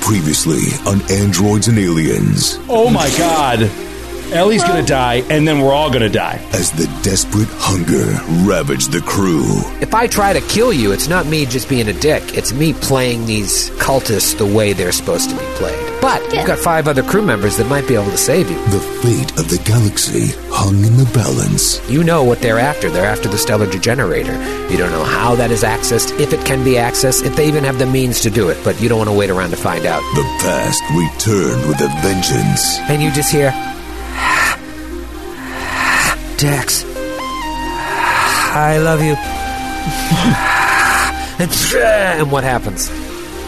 Previously on Androids and Aliens, Oh my God. Ellie's gonna die, and then we're all gonna die. as the desperate hunger ravaged the crew, If I try to kill you, it's not me just being a dick. It's me playing these cultists the way they're supposed to be played. But you've got five other crew members that might be able to save you. the fate of the galaxy hung in the balance. You know what they're after. They're after the stellar degenerator. You don't know how that is accessed, if it can be accessed, if they even have the means to do it, but you don't want to wait around to find out. The past returned with a vengeance. And you just hear Dex, I love you. and, eh, and what happens?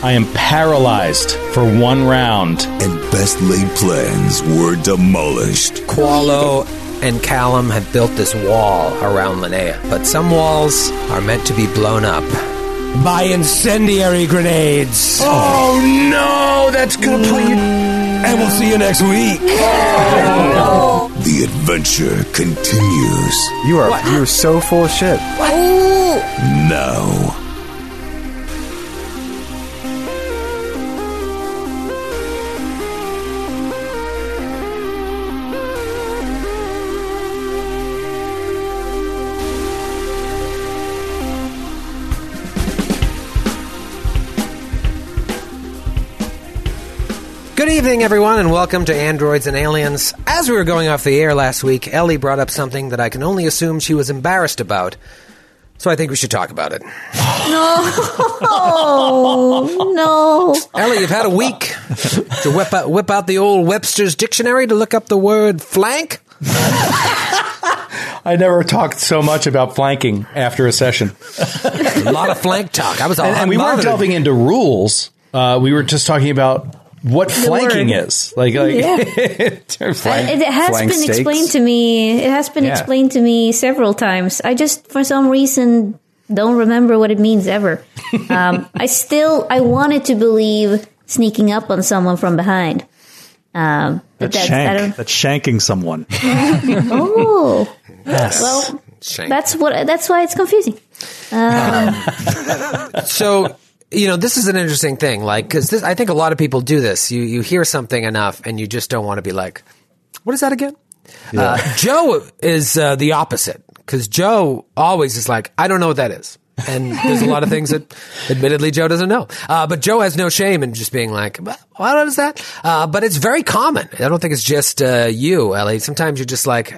I am paralyzed for one round. and best laid plans were demolished. Qualo and Callum have built this wall around Linnea, but some walls are meant to be blown up by incendiary grenades. Oh no, that's gonna put you. And we'll see you next week. The adventure continues You are you're so full of shit. now. Good evening, everyone, and welcome to Androids and Aliens. As we were going off the air last week, Ellie brought up something that I can only assume she was embarrassed about, so I think we should talk about it. No, no. Uh, Ellie, you've had a week to whip out, whip out the old Webster's dictionary to look up the word flank. I never talked so much about flanking after a session. A lot of flank talk. I was a And, and we weren't delving into rules. Uh, we were just talking about what flanking word. is. Like, like Yeah. Uh, term flank. It has flying been stakes? explained to me. It has been Yeah. explained to me several times. I just, for some reason, don't remember what it means ever. um, I still, I wanted to believe sneaking up on someone from behind. Um, but That's that's, I shank. don't. That's shanking someone. Oh, well, that's what. That's why it's confusing. Um, so you know this is an interesting thing like because i think a lot of people do this you you hear something enough and you just don't want to be like what is that again uh, joe is uh, the opposite because joe always is like i don't know what that is and there's a lot of things that admittedly joe doesn't know uh, but joe has no shame in just being like "Well, what is that uh, but it's very common i don't think it's just uh, you ellie sometimes you're just like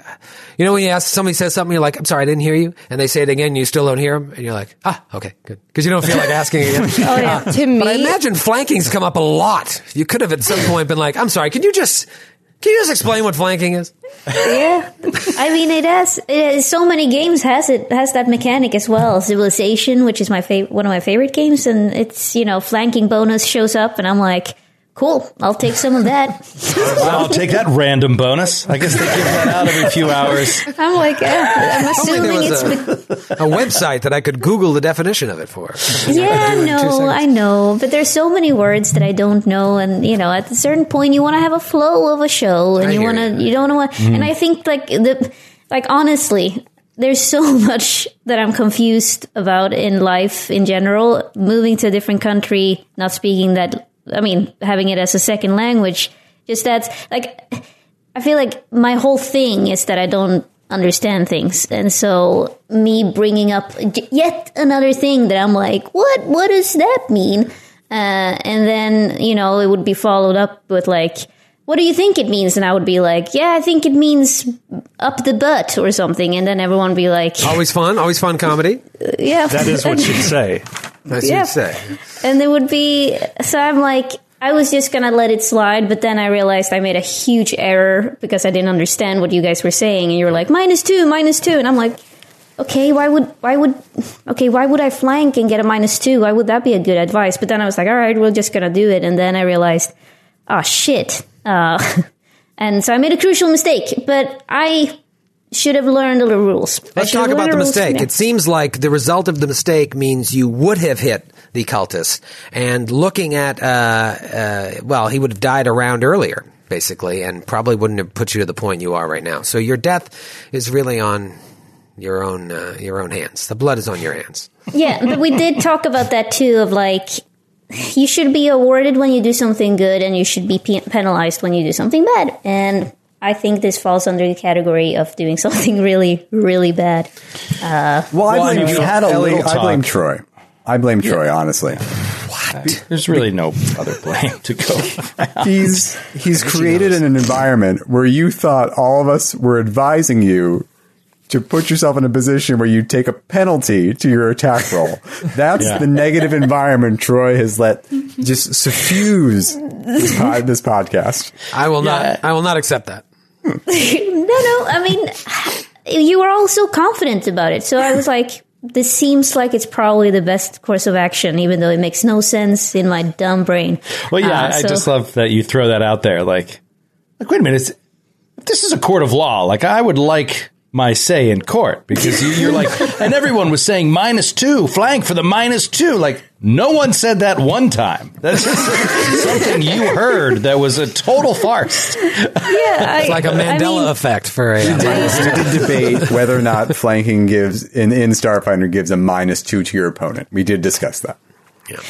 you know when you ask somebody says something you're like i'm sorry i didn't hear you and they say it again and you still don't hear them and you're like ah okay good because you don't feel like asking again Uh, Oh yeah. To me, but I imagine flanking's come up a lot. You could have at some point been like, "I'm sorry, can you just can you just explain what flanking is?" yeah i mean it has it has, so many games has it has that mechanic as well civilization which is my favorite one of my favorite games and it's you know flanking bonus shows up and i'm like cool i'll take some of that I'll take that random bonus. I guess they give that out every few hours. i'm like yeah, i'm assuming was it's a- be- A website that I could Google the definition of it for. yeah in two no seconds. i know but there's so many words that i don't know and you know at a certain point you want to have a flow of a show and I you hear Mm-hmm. want to you. you don't want and i think like the like honestly there's so much that i'm confused about in life in general moving to a different country not speaking that i mean having it as a second language just that's like I feel like my whole thing is that I don't understand things, and so me bringing up j- yet another thing that I'm like, what? What does that mean? Uh, and then you know it would be followed up with like, what do you think it means? And I would be like, yeah, I think it means up the butt or something. And then everyone would be like, Always fun, always fun comedy. yeah, That is what she'd say. That's what Yeah. you say. and there would be so i'm like i was just gonna let it slide but then i realized i made a huge error because i didn't understand what you guys were saying and you were like minus two minus two and i'm like okay why would why would okay why would i flank and get a minus two why would that be a good advice but then i was like all right we're just gonna do it and then i realized oh shit uh, and so i made a crucial mistake but i should have learned the rules I Let's should talk have about learned the rules. mistake. Yeah. It seems like the result of the mistake means you would have hit the cultist, and looking at, uh, uh, well, he would have died a round earlier, basically, and probably wouldn't have put you to the point you are right now. So your death is really on your own uh, your own hands. The blood is on your hands. yeah, but we did talk about that too of like you should be awarded when you do something good, and you should be pe- penalized when you do something bad. And I think this falls under the category of doing something really, really bad. Uh, Well, I Well, I blame, mean, we had a Ellie, little I I blame blame Troy. I blame Troy, honestly. There's really no other blame to go. He's he's created an environment where you thought all of us were advising you to put yourself in a position where you take a penalty to your attack roll. That's the negative environment Troy has let just suffuse this, pod, this podcast. I will not. I will not accept that. No, no. I mean, you were all so confident about it. So I was like, this seems like it's probably the best course of action, even though it makes no sense in my dumb brain. Well, yeah, Uh, I- I so- just love that you throw that out there. Like, like wait a minute, it's, this is a court of law. Like, I would like my say in court because you, you're like, and everyone was saying minus two, flank for the minus two. Like, no one said that one time. That's just something you heard that was a total farce. Yeah, I, Like a I Mandela mean, effect for a. We did debate whether or not flanking gives in, in Starfinder gives a minus two to your opponent. We did discuss that.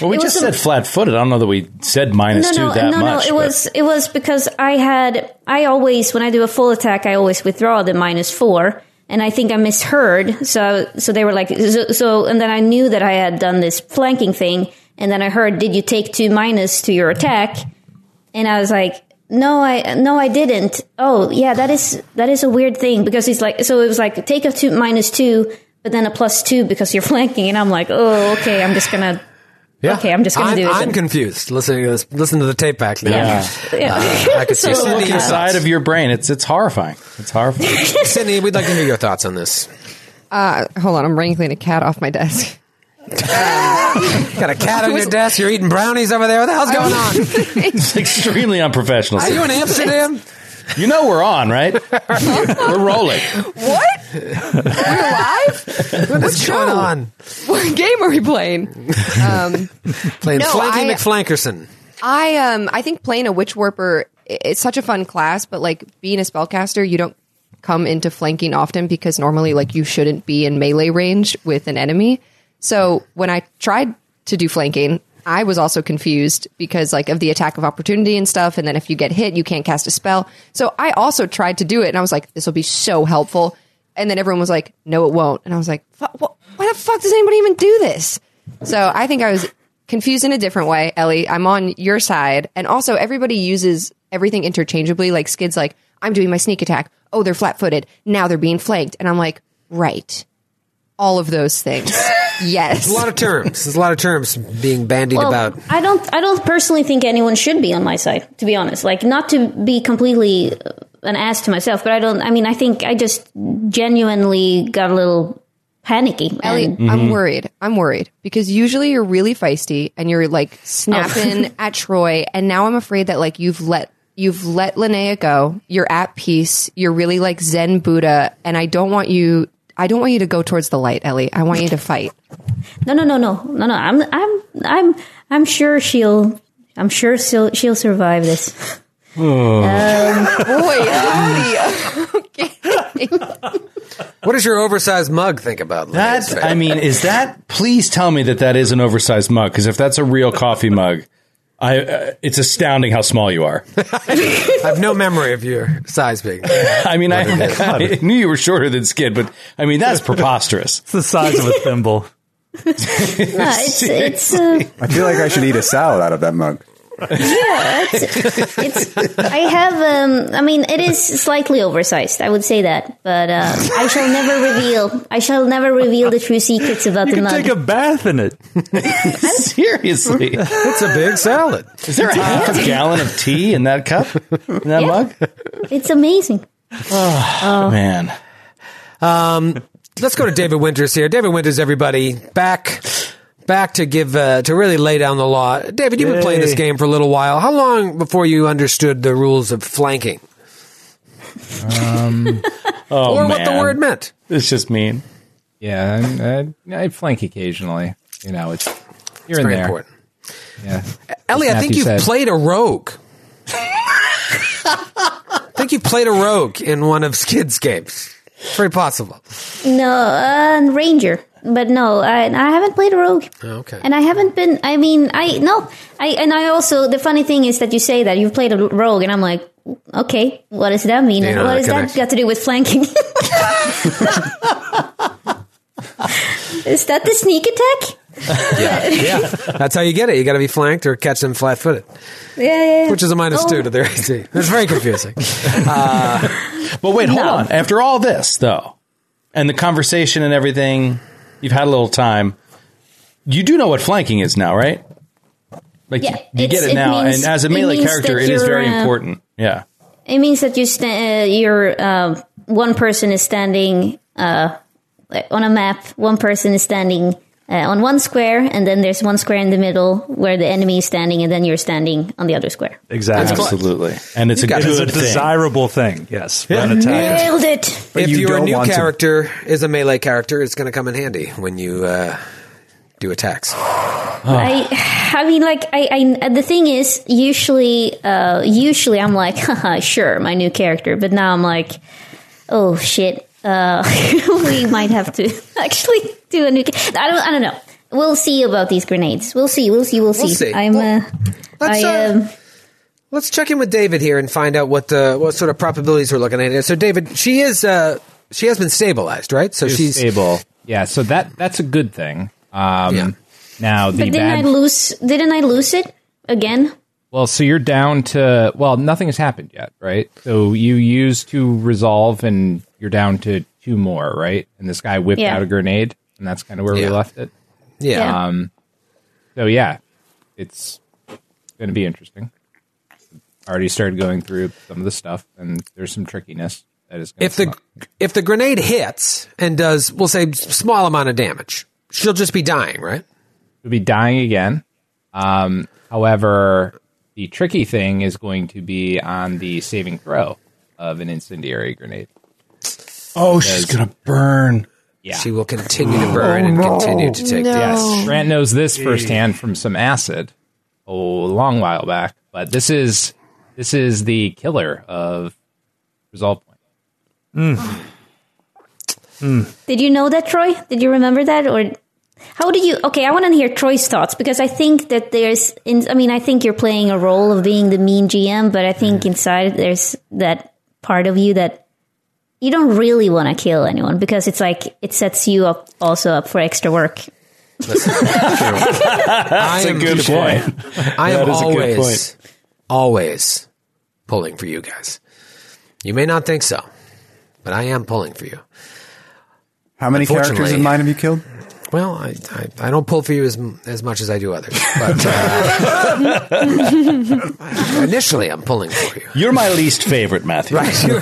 Well, we It just was a- said flat footed. I don't know that we said minus two that no, much. No, it but- was it was because I had I always when I do a full attack, I always withdraw the minus four, and I think I misheard. So so they were like so, so and then I knew that I had done this flanking thing, and then I heard, did you take two minus to your attack? And I was like. No, I no, I didn't. Oh, yeah, that is that is a weird thing because it's like so. It was like take a two minus two, but then a plus two because you're flanking, and I'm like, oh, okay, I'm just gonna, okay, I'm just gonna I'm, do it. I'm then. confused. Listening to this, listen to the tape back now. Yeah. Yeah. Uh, I could see So- Cindy, the side of your brain. It's it's horrifying. It's horrifying. Cindy, we'd like to hear your thoughts on this. Uh, hold on, I'm wrangling a cat off my desk. Got a cat on was- your desk. You're eating brownies over there. What the hell's going on? it's extremely unprofessional. Are you in Amsterdam? You know we're on, right? we're rolling. What? We're alive? What's going on? What game are we playing? Um, Playing No, Flanky I- McFlankerson. I um I think playing a witch warper i- it's such a fun class, but like being a spellcaster, you don't come into flanking often because normally like you shouldn't be in melee range with an enemy. So when I tried to do flanking, I was also confused because like of the attack of opportunity and stuff, and then if you get hit, you can't cast a spell. So I also tried to do it, and I was like, this will be so helpful. And then everyone was like, no, it won't. And I was like, "Fu- wh- why the fuck does anybody even do this? So I think I was confused in a different way, Ellie. I'm on your side. And also, everybody uses everything interchangeably. Like Skid's like, I'm doing my sneak attack. Oh, they're flat footed. Now they're being flanked. And I'm like, right. All of those things. yes. A lot of terms. There's a lot of terms being bandied Well, about. I don't. I don't personally think anyone should be on my side. To be honest, like not to be completely uh, an ass to myself, but I don't. I mean, I think I just genuinely got a little panicky. Ellie, And I'm worried. I'm worried because usually you're really feisty and you're like snapping at Troy, and now I'm afraid that like you've let you've let Linnea go. You're at peace. You're really like Zen Buddha, and I don't want you. I don't want you to go towards the light, Ellie. I want you to fight. no, no, no, no, no, no. I'm, I'm, I'm, I'm sure she'll. I'm sure she'll she'll survive this. Oh. um, Boy, howdy. What does your oversized mug think about Linnaeus That Fate? I mean, is that? Please tell me that that is an oversized mug. Because if that's a real coffee mug, I uh, it's astounding how small you are. I have no memory of your size being. I mean, I, I knew you were shorter than Skid, but I mean that's preposterous. It's the size of a thimble. No, it's it's uh, I feel like I should eat a salad out of that mug. it's. I have. Um. I mean, it is slightly oversized. I would say that, but uh, I shall never reveal. I shall never reveal the true secrets about You the can mug. take a bath in it. Seriously, It's a big salad. is there a half a gallon of tea in that cup? In that mug? It's amazing. Ah, Oh. Man, Um, Let's go to David Winters here. David Winters, everybody, back, back to give uh, to really lay down the law. David, you've been playing this Yay. game for a little while. How long before you understood the rules of flanking, oh Um, man, or what the word meant? It's just mean. Yeah, I'm- I, I flank occasionally. You know, it's you're in Very there. important. Yeah, Ellie, I Matthew think you've said. played a rogue. I think you played a rogue in one of Skid's games. Very possible. No, uh, ranger. but no, I, I haven't played a rogue. Okay. And I haven't been. I mean, I no. I and I also the funny thing is that you say that you've played a rogue, and I'm like, okay, what does that mean? You And know, what that does that connection. got to do with flanking? is that the sneak attack? Yeah, yeah. That's how you get it. You got to be flanked or catch them flat-footed, Yeah, yeah. yeah. which is a minus Oh. two to their AC. It's very confusing. But wait, hold No. on. After all this, though, and the conversation and everything, you've had a little time. You do know what flanking is now, right? Like Yeah, you, you get it's- it, it now, means- and as a it melee means character, that it is you're, very uh, important. Yeah, It means that you sta- uh, you're uh, one person is standing uh, on a map. One person is standing uh, on one square, and then there's one square in the middle where the enemy is standing, and then you're standing on the other square. Exactly. absolutely. And it's a got good it. It's a thing. desirable thing. Yes. For an attack. Nailed it. But if you you're a don't new want to- character, is a melee character, it's going to come in handy when you uh, do attacks. I, I mean, like, I, I the thing is, usually, uh, usually I'm like, Haha, sure, my new character, but now I'm like, oh shit, uh, we might have to actually do a new. Ca- I don't, I don't know. We'll see about these grenades. We'll see. We'll see. We'll see. see. I'm. Well, Uh, I let's, uh, um, Let's check in with David here and find out what the what sort of probabilities we're looking at. So, David, she is uh, she has been stabilized, right? So She's, she's stable. Yeah, so that that's a good thing. Um, Yeah. Now the but didn't I bad. lose? Didn't I lose it again? well, so you're down to well, nothing has happened yet, right? So you use to resolve, and you're down to two more, right? And this guy whipped Yeah. out a grenade, and that's kind of where Yeah. we left it. Um, yeah. Yeah. So yeah, it's going to be interesting. Already started going through some of the stuff, and there's some trickiness that is. Gonna If the come up. if the grenade hits and does, we'll say s- small amount of damage, she'll just be dying, right? will be dying again. Um, however, the tricky thing is going to be on the saving throw of an incendiary grenade. oh, she's gonna burn. Yeah. She will continue to burn and continue to take. damage. Yes, Grant knows this firsthand from some acid oh, a long while back. But this is this is the killer of resolve point. Did you know that, Troy? Did you remember that, or how do you? Okay, I want to hear Troy's thoughts because I think that there's. In, I mean, I think you're playing a role of being the mean GM, but I think inside there's that part of you that you don't really want to kill anyone because it's like it sets you up also up for extra work. I am, Good point. I am That is a good always point. always pulling for you guys. You may not think so, but I am pulling for you. How many characters Unfortunately- in mine have you killed? Well, I, I, I don't pull for you as m- as much as I do others. But uh, initially, I'm pulling for you. You're my least favorite, Matthew. You're,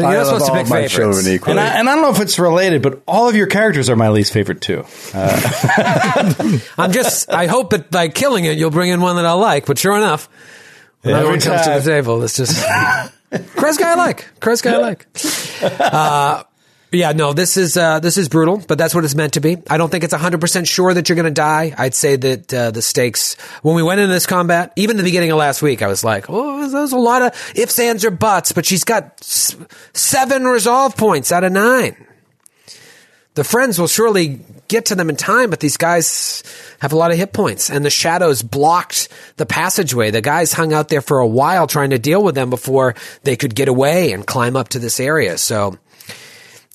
you're I not love supposed to all pick my favorites. children equally. And I, and I don't know if it's related, but all of your characters are my least favorite too. Uh, I'm just. I hope that by killing it, you'll bring in one that I like. But sure enough, when Every everyone comes to time. the table, it's just Chris guy I like. Chris guy I like. Uh, yeah, no, this is uh, this is brutal, but that's what it's meant to be. I don't think it's 100% sure that you're going to die. I'd say that uh, the stakes when we went into this combat, even the beginning of last week, I was like, "Oh, there's a lot of ifs, ands, or buts," but she's got s- 7 resolve points out of 9 the friends will surely get to them in time, but these guys have a lot of hit points, and the shadows blocked the passageway. The guys hung out there for a while trying to deal with them before they could get away and climb up to this area. So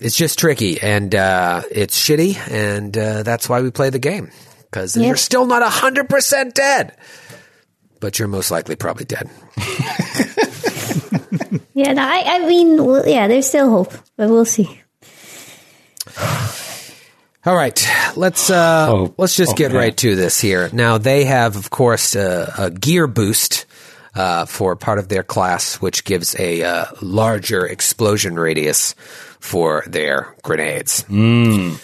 it's just tricky, and uh, it's shitty, and uh, that's why we play the game because you're still not hundred percent dead, but you're most likely probably dead. Yeah, no, I, I mean, well, yeah, there's still hope, but we'll see. All right, let's uh, Oh, let's just get right to this here. Now they have, of course, a, a gear boost uh, for part of their class, which gives a uh, larger explosion radius for their grenades. Hmm.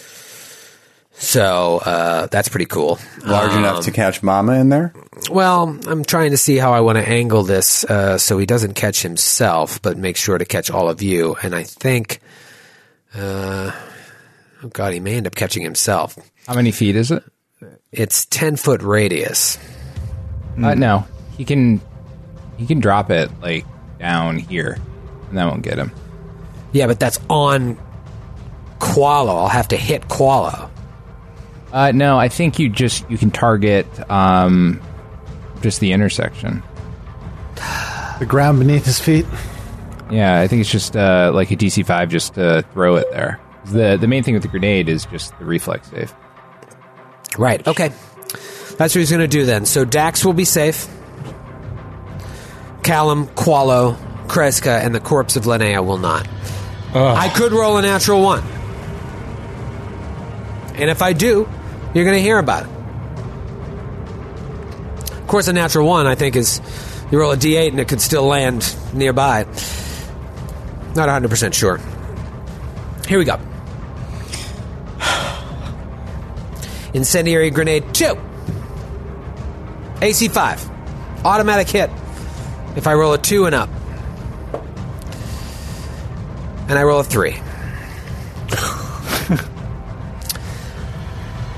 So uh, that's pretty cool. Large um, enough to catch Mama in there? Well, I'm trying to see how I want to angle this uh, so he doesn't catch himself, but make sure to catch all of you. And I think, uh, oh god, he may end up catching himself. How many feet is it? It's 10 foot radius. Mm. Uh, no, he can he can drop it like down here, and that won't get him. Yeah, but that's on Qualo. I'll have to hit Qualo. Uh, no, I think you just you can target um, just the intersection. The ground beneath his feet. Yeah, I think it's just uh, like a DC five, just to throw it there. the The main thing with the grenade is just the reflex save. Right. Okay. That's what he's going to do then. So Dax will be safe. Callum, Qualo, Kreska, and the corpse of Linnea will not. I could roll a natural one. And if I do, you're going to hear about it. Of course, a natural one, I think, is you roll a d8 and it could still land nearby. Not 100% sure. Here we go. Incendiary grenade 2. AC 5. Automatic hit. If I roll a 2 and up. And I roll a 3.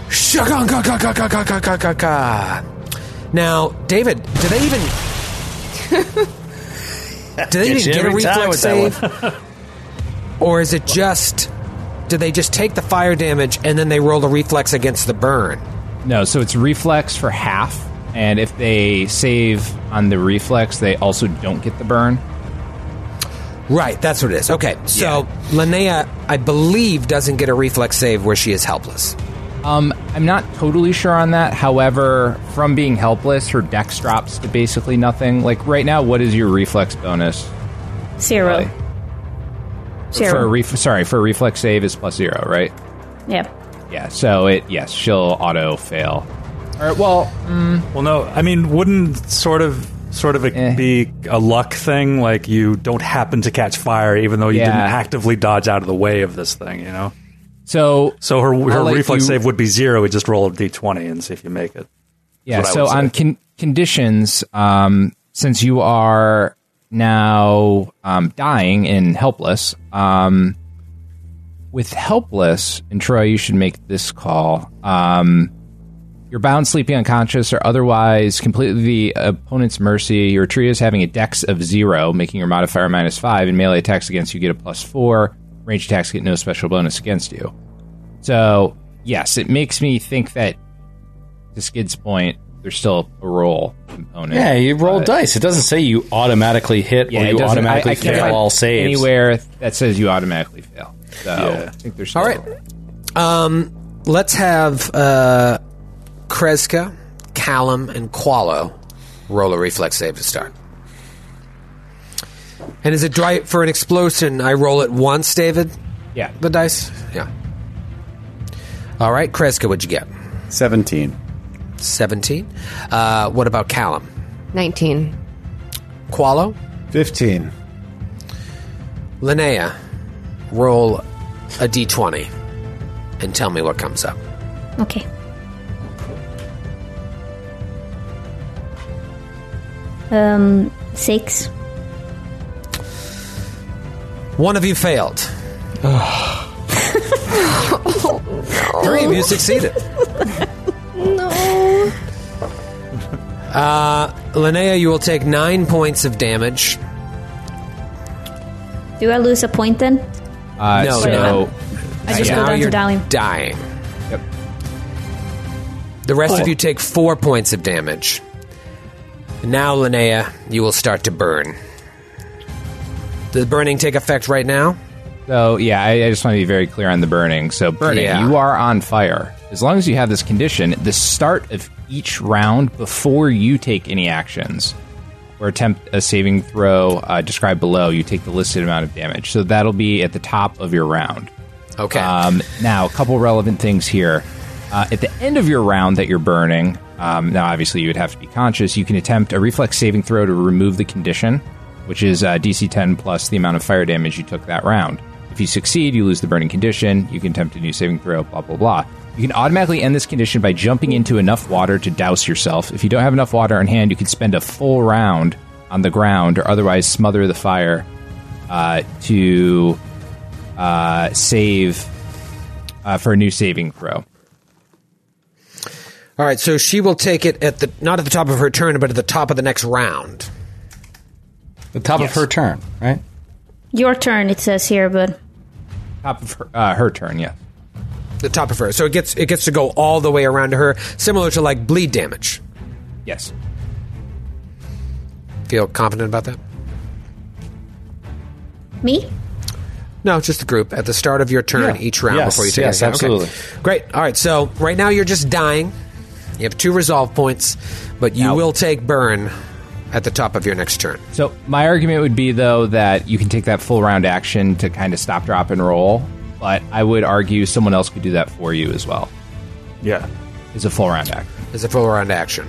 Shaka ka ka ka ka ka ka ka ka ka. Now, David, do they even do they Gets you even get a every time reflex with that save? or is it just do they just take the fire damage and then they roll a reflex against the burn? No, so it's reflex for half, and if they save on the reflex, they also don't get the burn. Right, that's what it is. Okay, so Linnea, I believe, doesn't get a reflex save where she is helpless. Um, I'm not totally sure on that. However, from being helpless, her dex drops to basically nothing. Like right now, what is your reflex bonus? Zero. For a Zero. ref- sorry, for a reflex save is plus zero, right? yeah. Yeah. So it yes, she'll auto fail. All right, well, well, no. I mean, wouldn't sort of sort of a, Eh. be a luck thing? Like you don't happen to catch fire, even though you Yeah. didn't actively dodge out of the way of this thing. You know. So so her her I'll let reflex you- save would be zero. We just roll a d twenty and see if you make it. Yeah. That's what I So would say. on con- conditions, um, since you are now um, dying and helpless, um, with helpless, and Troy, you should make this call. Um, you're bound, sleeping, unconscious, or otherwise completely the opponent's mercy. Your trio is having a dex of zero, making your modifier minus five, and melee attacks against you get a plus four. Range attacks get no special bonus against you. So, yes, it makes me think that to Skid's point, there's still a roll component. Yeah, you roll but- dice. It doesn't say you automatically hit Yeah, or it you doesn't- automatically I- I can't fail find all saves. anywhere that says you automatically fail. So I think there's still All right. Um, let's have uh, Kreska, Callum, and Qualo roll a reflex save to start. And is it dry for an explosion? I roll it once, David. Yeah. The dice. Yeah. All right, Kreska, what'd you get? Seventeen. Seventeen. Uh, what about Callum? 19. Qualo. Fifteen. Linnea, roll a d20 and tell me what comes up. Okay. Um, six. One of you failed. Three of you succeeded. No. Uh, Linnea, you will take nine points of damage. Do I lose a point then? Uh, no, so- no. I just Now go down you're to dying. dying. Yep. The rest Oh. of you take four points of damage. Now, Linnea, you will start to burn. Does burning take effect right now? So yeah, I, I just want to be very clear on the burning. So burning, Yeah. you are on fire. As long as you have this condition, the start of each round before you take any actions or attempt a saving throw uh, described below, you take the listed amount of damage. So that'll be at the top of your round. Okay. Um, now, a couple relevant things here. Uh, at the end of your round that you're burning, um, now obviously you would have to be conscious. You can attempt a reflex saving throw to remove the condition, which is uh, DC 10 plus the amount of fire damage you took that round. If you succeed, you lose the burning condition. You can attempt a new saving throw. Blah blah blah. You can automatically end this condition by jumping into enough water to douse yourself. If you don't have enough water on hand, you can spend a full round on the ground or otherwise smother the fire uh, to uh, save uh, for a new saving throw. All right, so she will take it at the not at the top of her turn, but at the top of the next round. The top of her turn, right? Your turn, it says here, but Top of her, uh, her Uh, turn, yeah. the top of her. So it gets it gets to go all the way around to her, similar to like bleed damage. Yes. Feel confident about that? Me? No, just the group at the start of your turn Yeah. each round Yes, before you take yes, a attack. absolutely. Great. All right. So right now you're just dying. You have two resolve points, but you will take burn at the top of your next turn. So my argument would be though that you can take that full round action to kind of stop, drop, and roll, but I would argue someone else could do that for you as well. Yeah, it's a full round action. It's a full round action.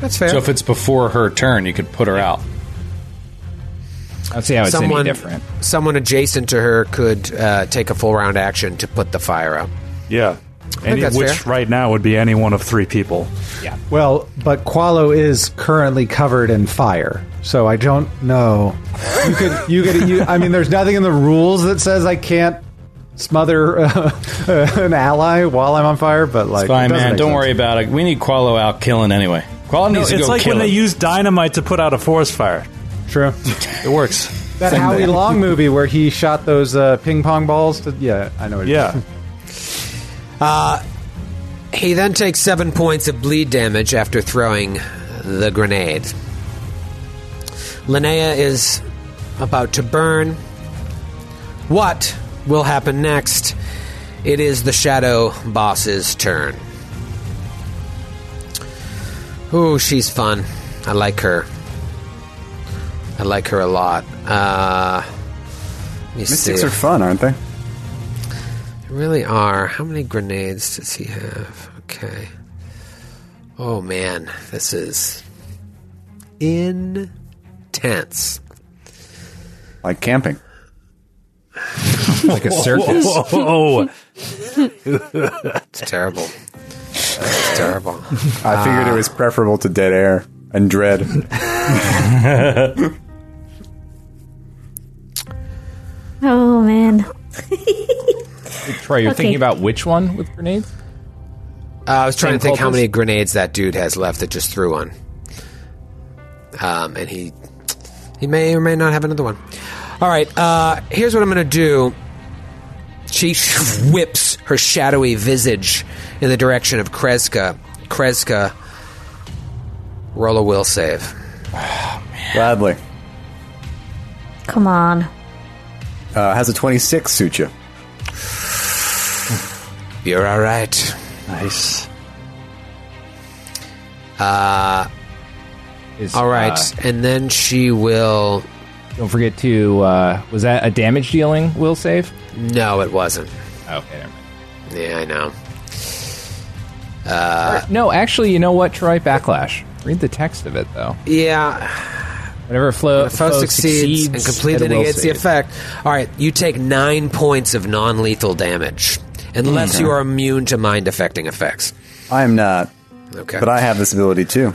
That's fair. So if it's before her turn, you could put her out. I'd say Someone adjacent to her could uh, take a full round action to put the fire out. Yeah. think Any, that's which fair. right now would be any one of three people. Yeah. Well, but Qualo is currently covered in fire, so I don't know. You could, you could, you, I mean, there's nothing in the rules that says I can't smother uh, an ally while I'm on fire, but like, It's fine, it doesn't man. make Don't sense. worry about it. We need Qualo out killing anyway. Qualo No, needs to it's go like kill when they him. use dynamite to put out a forest fire. True. It works. That Same Howie thing. Long movie where he shot those uh, ping pong balls. To, yeah, I know. What Yeah. Uh, he then takes seven points of bleed damage after throwing the grenade. Linnea is about to burn. What will happen next? It is the shadow boss's turn. Ooh, she's fun. I like her. I like her a lot. Uh, let me Mystics see. are fun, aren't they? They really are. How many grenades does he have? Okay. Oh man, this is intense. Like camping. like Oh. a circus. Whoa. it's terrible. It's terrible. Uh, I figured it was preferable to dead air and dread. Oh man. Troy, you're Okay. thinking about which one with grenades? Uh, I was trying Same to think how cultist? many grenades that dude has left that just threw one. Um, and he he may or may not have another one. All right, uh, here's what I'm going to do. She whips her shadowy visage in the direction of Kreska. Kreska, roll a will save. Gladly. Come on. Uh, has a 26 suit you. You're all right. Nice. Uh, Is, all right, uh, and then she will. Don't forget to. Uh, was that a damage dealing will save? No, it wasn't. Okay. Never mind. Yeah, I know. Uh, no, actually, you know what, Troy? Backlash. Read the text of it though. Yeah. Whenever flow, The foe succeeds, and completely negates the effect. All right, you take nine points of non-lethal damage, unless Okay. you are immune to mind-affecting effects. I am not. Okay. But I have this ability too.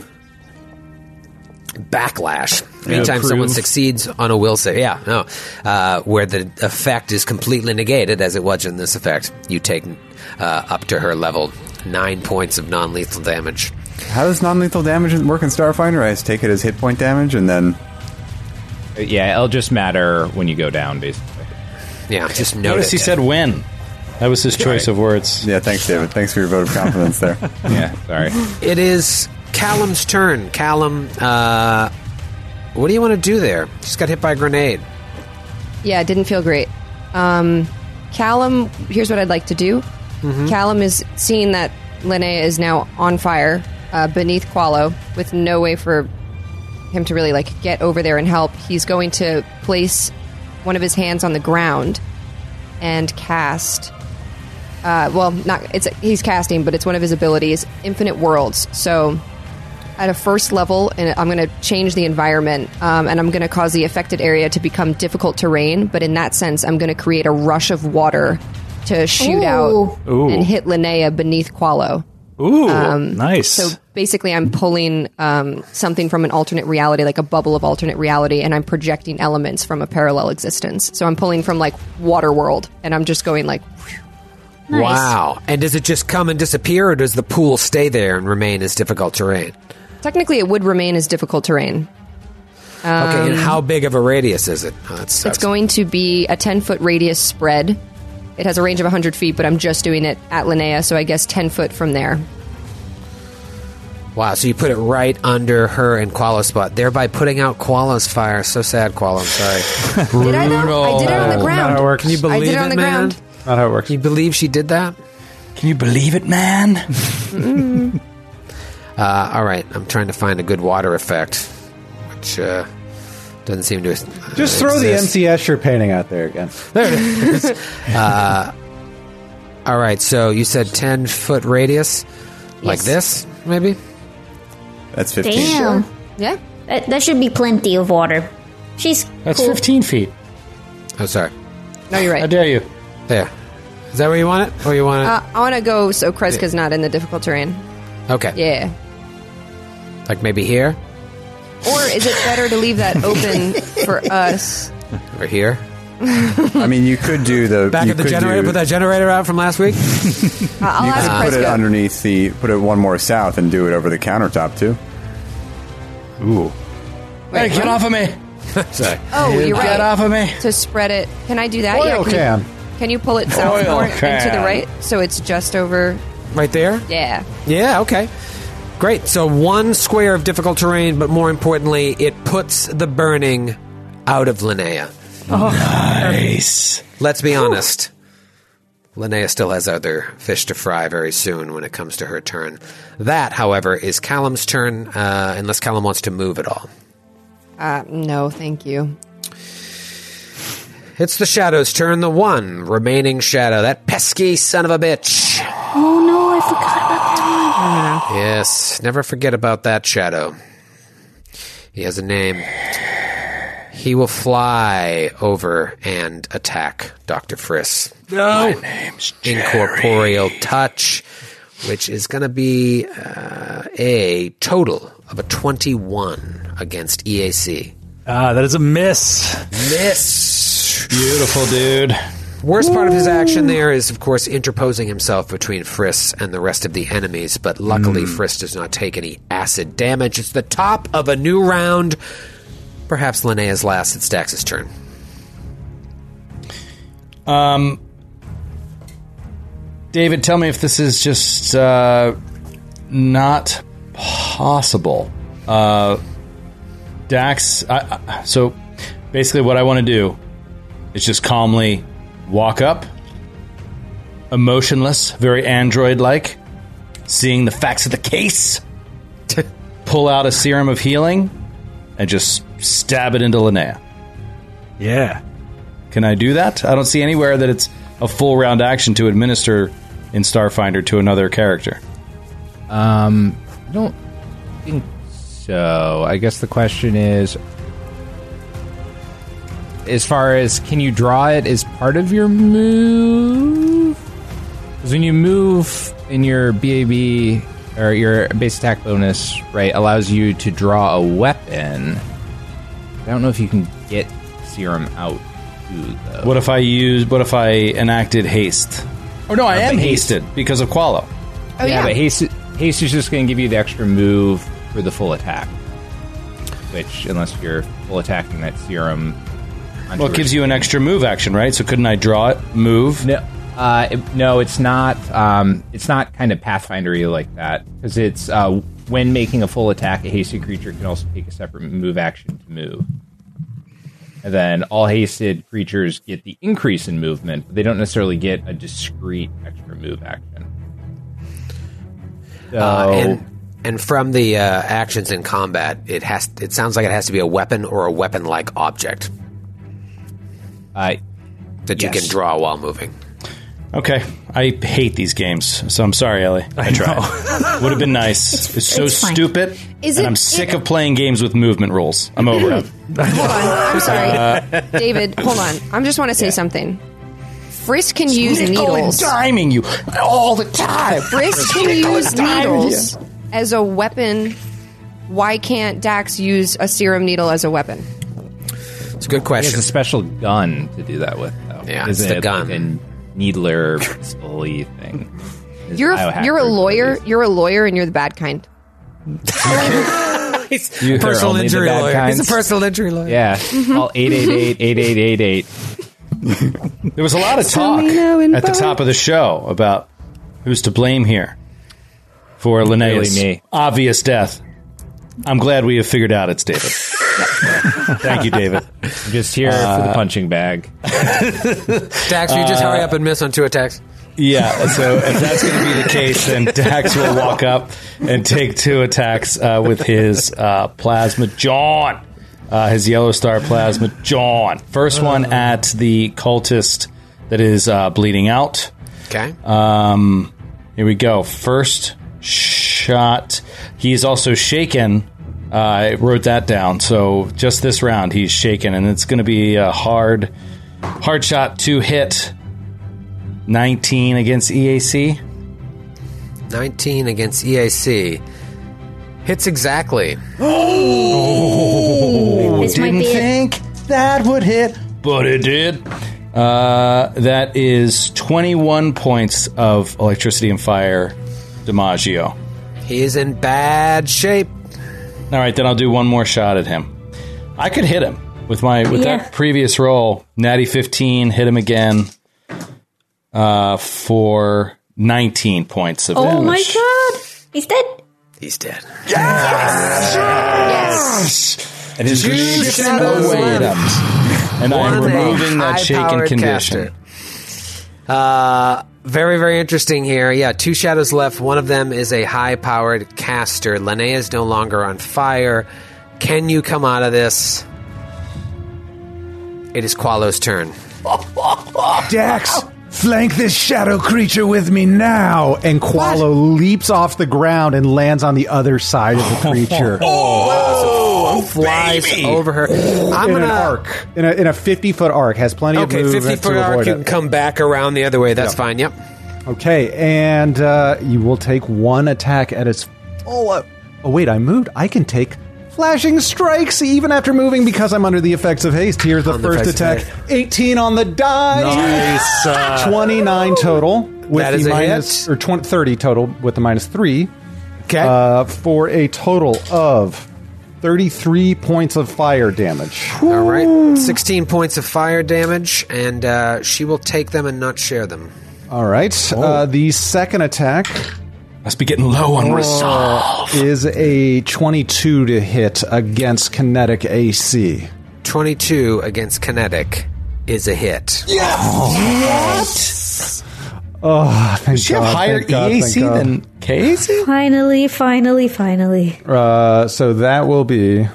Backlash. Yeah, Anytime someone prove. succeeds on a will save, yeah, no, uh, where the effect is completely negated, as it was in this effect, you take uh, up to her level nine points of non-lethal damage. How does non lethal damage work in Starfinder? I just take it as hit point damage and then. Yeah, it'll just matter when you go down, basically. Yeah, just Notice he said when. That was his choice of words. Yeah, thanks, David. Thanks for your vote of confidence there. yeah, sorry. It is Callum's turn. Callum, uh, what do you want to do there? Just got hit by a grenade. Yeah, it didn't feel great. Um, Callum, here's what I'd like to do. Callum is seeing that Linnea is now on fire uh, beneath Qualo with no way for him to really like get over there and help. He's going to place one of his hands on the ground and cast. Uh, well, not it's he's casting, but it's one of his abilities, Infinite Worlds. So at a first level, and I'm going to change the environment, um, and I'm going to cause the affected area to become difficult terrain. But in that sense, I'm going to create a rush of water to shoot out Ooh. and hit Linnea beneath Qualo. Ooh, nice. So basically, I'm pulling um, something from an alternate reality, like a bubble of alternate reality, and I'm projecting elements from a parallel existence. So I'm pulling from like water world, and I'm just going like Nice. Wow. And does it just come and disappear, or does the pool stay there and remain as difficult terrain? technically it would remain as difficult terrain. okay, Um, and how big of a radius is it? Oh, that It's sucks. going to be a 10 foot radius spread. It has a range of 100 feet, but I'm just doing it at Linnea, so I guess 10 foot from there. Wow, so you put it right under her and Qualo's spot, thereby putting out Qualo's fire. So sad, Qualo. I'm sorry. did I know? I did it on the Not ground. how it works. Can you I believe did it on the man? ground. Not how it works. Can you believe she did that? Can you believe it, man? Uh, all right, I'm trying to find a good water effect, which uh, doesn't seem to. Uh, Just throw the exist. MC Escher painting out there again. There it is. uh, all right, so you said 10 foot radius, like this, maybe? That's Damn. Yeah. That, that should be plenty of water. She's That's cool. 15 feet. Oh, sorry. No, you're right. How dare you? There. Is that where you want it? Or you want Uh, I want to go so Kreska's not in the difficult terrain. it? Uh, okay. Yeah. Like maybe here? Or is it better to leave that open for us? Over here? I mean, you could do the Back you at the could generator, do- put that generator out from last week? I'll you ask could put it Kreska. underneath the put it one more south and do it over the countertop too. Ooh, Hey, get off of me. Sorry. Oh, you're right. Get off of me. To spread it. Can I do that? yeah, Oil can, can. You, can you pull it south Oil more and to can. the right so it's just over? Right there? Yeah. Yeah, okay. Great. So one square of difficult terrain, but more importantly, it puts the burning out of Linnea. Nice. Let's be honest. Linnea still has other fish to fry very soon when it comes to her turn. That, however, is Callum's turn, uh, unless Callum wants to move at all. Uh, no, thank you. It's the shadow's turn, the one remaining shadow, that pesky son of a bitch. Oh no, I forgot about that Yes, never forget about that shadow. He has a name. He will fly over and attack Dr. Friss. No. My name's incorporeal touch, which is going to be uh, a total of a 21 against E EAC. Ah, that is a miss. Miss. Beautiful, dude. Worst part of his action there is, of course, interposing himself between Friss and the rest of the enemies, but luckily Friss does not take any acid damage. It's the top of a new round. Perhaps Linnea's last. It's Dax's turn. Um, David, tell me if this is just uh, not possible. Uh, Dax, I, I, so basically, what I want to do is just calmly walk up, emotionless, very android like, seeing the facts of the case, pull out a serum of healing, and just stab it into Linnea. Yeah. Can I do that? I don't see anywhere that it's a full round action to administer in Starfinder to another character. Um, I don't think so. I guess the question is as far as can you draw it as part of your move? Because when you move in your BAB or your base attack bonus, right, allows you to draw a weapon. I don't know if you can get serum out too, though. What if I use? What if I enacted haste? Oh no, I Uh, am but hasted because of Qualo. Oh, yeah. but haste, haste is just going to give you the extra move for the full attack. Which, unless you're full attacking that serum, onto Well, it her- gives you an extra move action, right? So couldn't I draw it? Move? No, uh, it- no, it's not. Um, it's not kind of pathfindery like that because it's uh, when making a full attack, a hasted creature can also take a separate move action to move. And then all hasted creatures get the increase in movement, but they don't necessarily get a discrete extra move action. So, Uh, and, and from the uh, actions in combat, it has. It sounds like it has to be a weapon or a weapon-like object I that you Yes. can draw while moving. Okay, I hate these games, so I'm sorry, Ellie. I tried. Would have been nice. It's, so it's fine. stupid, Is and it- I'm sick of playing games with movement rules. I'm over it. Uh, Hold on. I'm sorry. David, hold on. I just want to say something. Frisk can use Nickel and needles. diming you all the time. Frisk can use needles as a weapon. Why can't Dax use a serum needle as a weapon? It's a good He has question. a special gun to do that with, though. Yeah, it's the it gun. Like a needler pistol thing. His You're a, biohacker you're a lawyer. abilities. You're a lawyer, and you're the bad kind. He's You- a they're personal only the injury bad lawyer. He's kinds. Mm-hmm. a personal injury lawyer. Yeah. Call 888 8888. There was a lot of talk Selena and at the Bo- top of the show about who's to blame here for Linnaeus' Really me. obvious death. I'm glad we have figured out it's David. Thank you, David. just here for the punching bag. Dax, will you just Uh, hurry up and miss on two attacks? Yeah, so if that's going to be the case, then Dax will walk up and take two attacks uh, with his uh, plasma John, uh, his yellow star plasma John. First one Uh. at the cultist that is uh, bleeding out. Okay. Um, here we go. First shot. He is also shaken. Uh, I wrote that down. So just this round, he's shaken, and it's going to be a hard, hard shot to hit. Nineteen against E EAC. 19 against EAC. Hits exactly. Oh, This might didn't be it. think that would hit, but it did. Uh, that is twenty-one points of electricity and fire, DiMaggio. He is in bad shape. All right, then I'll do one more shot at him. I could hit him with my with Yeah. that previous roll. Natty fifteen, hit him again uh, for nineteen points of Oh damage. my god! He's dead. He's dead. Yes. And his Two greed shadows outweighed left. him. And One I'm of the removing that shaken high-powered condition. caster. Uh, very, very interesting here. Yeah, two shadows left. One of them is a high powered caster. Linnea is no longer on fire. Can you come out of this? It is Qualo's turn. Oh. Dax, flank this shadow creature with me now. And Qualo leaps off the ground and lands on the other side of the creature. Oh, flies over her. I'm in gonna an arc, in a, in a fifty foot arc, has plenty Okay, of movement 50 foot to arc. avoid You it. can come back around the other way. That's Yeah. fine. Yep. Okay, and uh, you will take one attack at its. Oh, uh, oh wait, I moved. I can take flashing strikes even after moving because I'm under the effects of haste. Here's the Oh, the first effects of attack. 18 on the die. Nice, uh, 29 total with That the is a minus or 20, 30 total with the minus 3. Okay. Uh, for a total of 33 points of fire damage. All right. 16 points of fire damage, and uh, she will take them and not share them. All right. Uh, the second attack. Oh, Must be getting low on resolve. Is a 22 to hit against kinetic AC. 22 against kinetic is a hit. Oh, thank Does she have God, higher thank God, thank EAC God. than Casey? Finally, finally, finally. Uh, so that will be.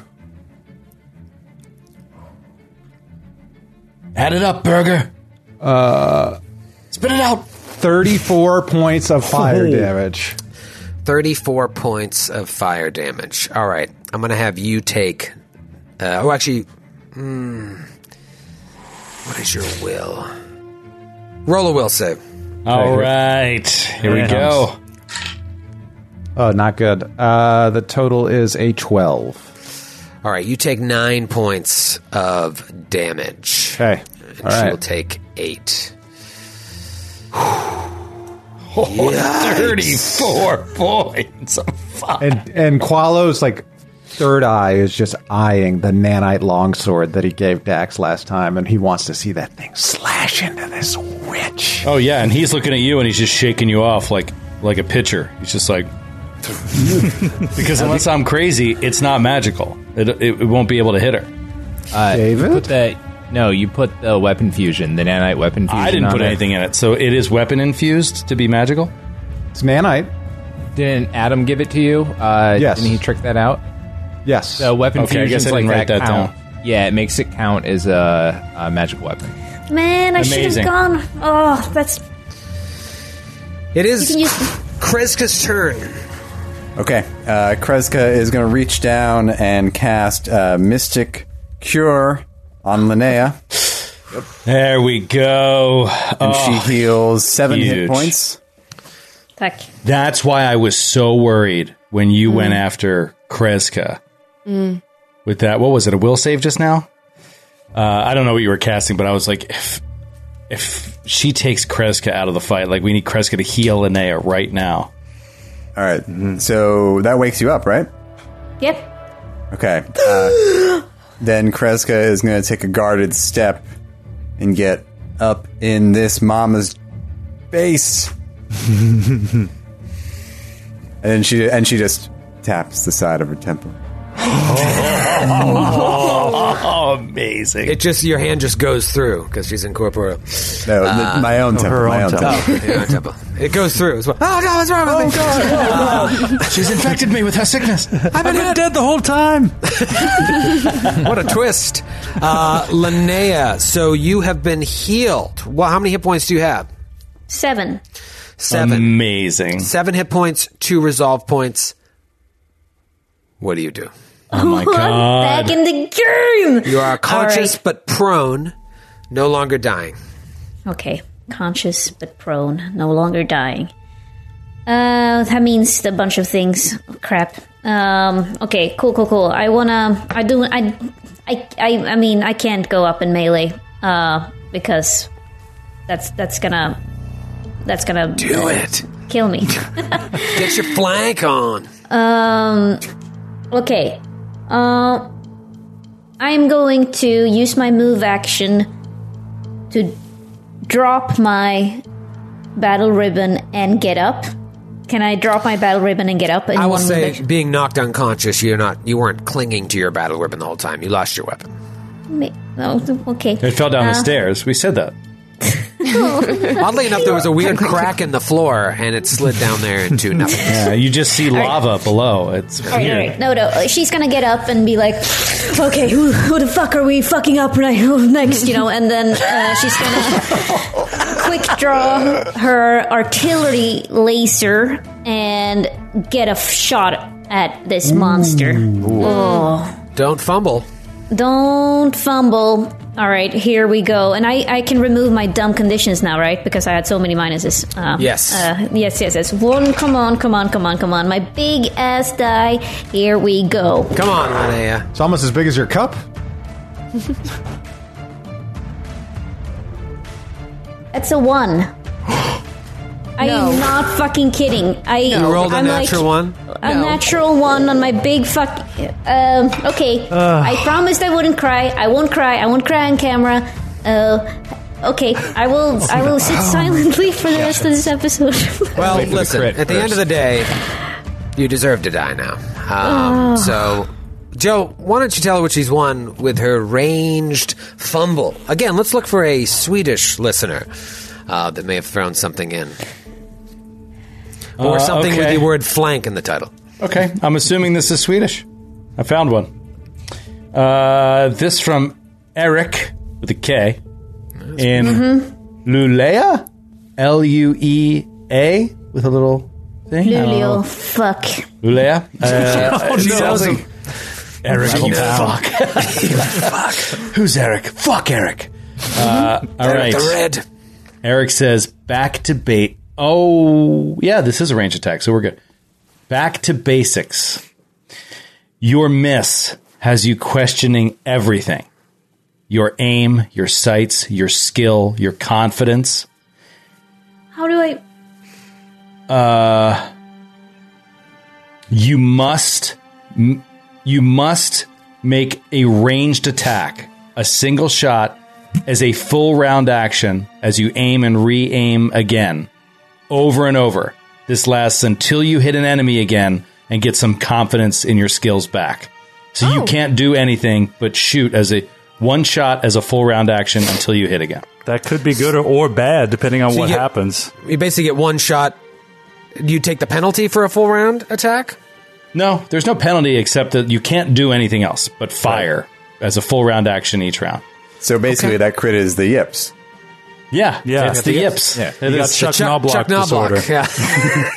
Add it up, Burger. Uh, Spit it out. 34 points of fire Oh. damage. 34 points of fire damage. All right. I'm going to have you take. Uh, oh, actually. Mm, what is your will? Roll a will save. All right. Here we Yeah. go. Oh, not good. Uh, the total is a 12. All right. You take nine points of damage. Okay. And All she right. will take eight. Oh, 34 points. And and Qualo's like third eye is just eyeing the nanite longsword that he gave Dax last time, and he wants to see that thing slash into this witch. Oh yeah, and he's looking at you and he's just shaking you off like like a pitcher. He's just like because unless I'm crazy, it's not magical. It, it, it won't be able to hit her. Uh, David? Put that, no, you put the weapon fusion, the nanite weapon fusion. I didn't on put it. anything in it, so it is weapon infused to be magical. It's nanite. Didn't Adam give it to you? Uh, Yes. Didn't he trick that out? Yes. So weapon Okay, I fusion guess I like didn't write that count. Yeah, it makes it count as a, a magic weapon. Man, I should Amazing. have gone. Oh, that's It is Kreska's turn. Okay. Uh, Kreska is going to reach down and cast uh, Mystic Cure on Linnea. There we go. And she heals seven hit huge. points. Tack. That's why I was so worried when you went Hmm. after Kreska Mm. with that. What was it? A will save just now? Uh, I don't know what you were casting, but I was like, if if she takes Kreska out of the fight, like we need Kreska to heal Linnea right now. All right. mm, Oh, So that wakes you up, right? Yep. Okay. Uh, then Kreska is going to take a guarded step and get up in this mama's face. and then she and she just taps the side of her temple. Oh, amazing. It just your hand just goes through because she's incorporeal. No, the- my own temple, Her my own temple. Oh, your own temple. It goes through as well. Oh God, what's wrong with me? She's infected me with her sickness. I've been, dead the whole time. what a twist, uh, Linnea. So you have been healed. Well, how many hit points do you have? Seven. Seven. Amazing. Seven hit points, two resolve points. What do you do? Oh my God. Back in the game. You are conscious All but prone, no longer dying. right. Okay. Conscious but prone, no longer dying. Uh, that means a bunch of things. Crap. Um. Okay. Cool. Cool. Cool. I wanna. I do. I. I. I. I mean, I can't go up in melee. Uh, because that's that's gonna that's gonna Do it. kill me. Get your flank on. Um. Okay. Uh, I'm going to use my move action to drop my battle ribbon and get up. Can I drop my battle ribbon and get up? In I will one say, movement? being knocked unconscious, you're not. You weren't clinging to your battle weapon the whole time. You lost your weapon. Ma- No, okay. It fell down Uh, the stairs. We said that. Oddly enough, there was a weird crack in the floor, and it slid down there into nothing. Yeah, you just see lava below. It's All right, all weird. right. No, no. uh, She's gonna get up and be like, "Okay, who, who the fuck are we fucking up right next?" You know, and then uh, she's gonna quick draw her artillery laser and get a f- shot at this monster. Oh, Don't fumble. don't fumble. All right, here we go. And I, I can remove my dumb conditions now, right? Because I had so many minuses. Um, Yes. Uh, yes, yes, yes. One, come on, come on, come on, come on. My big ass die. Here we go. Come on, Linnea. It's almost as big as your cup. That's a one. I am not fucking kidding. I You rolled a I'm like, natural one. A natural one on my big fuck. Um, okay. I promised I wouldn't cry. I won't cry. I won't cry on camera. Uh, okay. I will. I will sit silently for the rest of this episode. Well, Wait for the listen. crit at the end of first. the day, you deserve to die now. Um, so, Joe, why don't you tell her what she's won with her ranged fumble? Again, let's look for a Swedish listener uh, that may have thrown something in, or Uh, something with okay. the word "flank" in the title. Okay, I'm assuming this is Swedish. I found one. Uh, this from Eric with a K in Lulea, L U E A with a little thing. I don't Lulio, know. oh, fuck. Lulea. Uh, Oh, it no. sounds like- Eric, you down. fuck. You fuck. Who's Eric? Fuck Eric. Uh, all Eric right. the red. Eric says, back to bait. Oh, yeah, this is a range attack, so we're good. Back to basics. Your miss has you questioning everything your aim, your sights, your skill, your confidence. How do I? Uh, you must m- you must make a ranged attack, a single shot as a full round action as you aim and re-aim again over and over. This lasts until you hit an enemy again and get some confidence in your skills back. So Oh. you can't do anything but shoot as a one shot as a full round action until you hit again. That could be good or, or bad, depending on So what you- happens. You basically get one shot. Do you take the penalty for a full round attack? No, there's no penalty except that you can't do anything else but fire as a full round action each round. So basically, that crit is the yips. Yeah, Yeah. it's the yips. Yeah. You It got is- Chuck, Knobloch disorder. Yeah.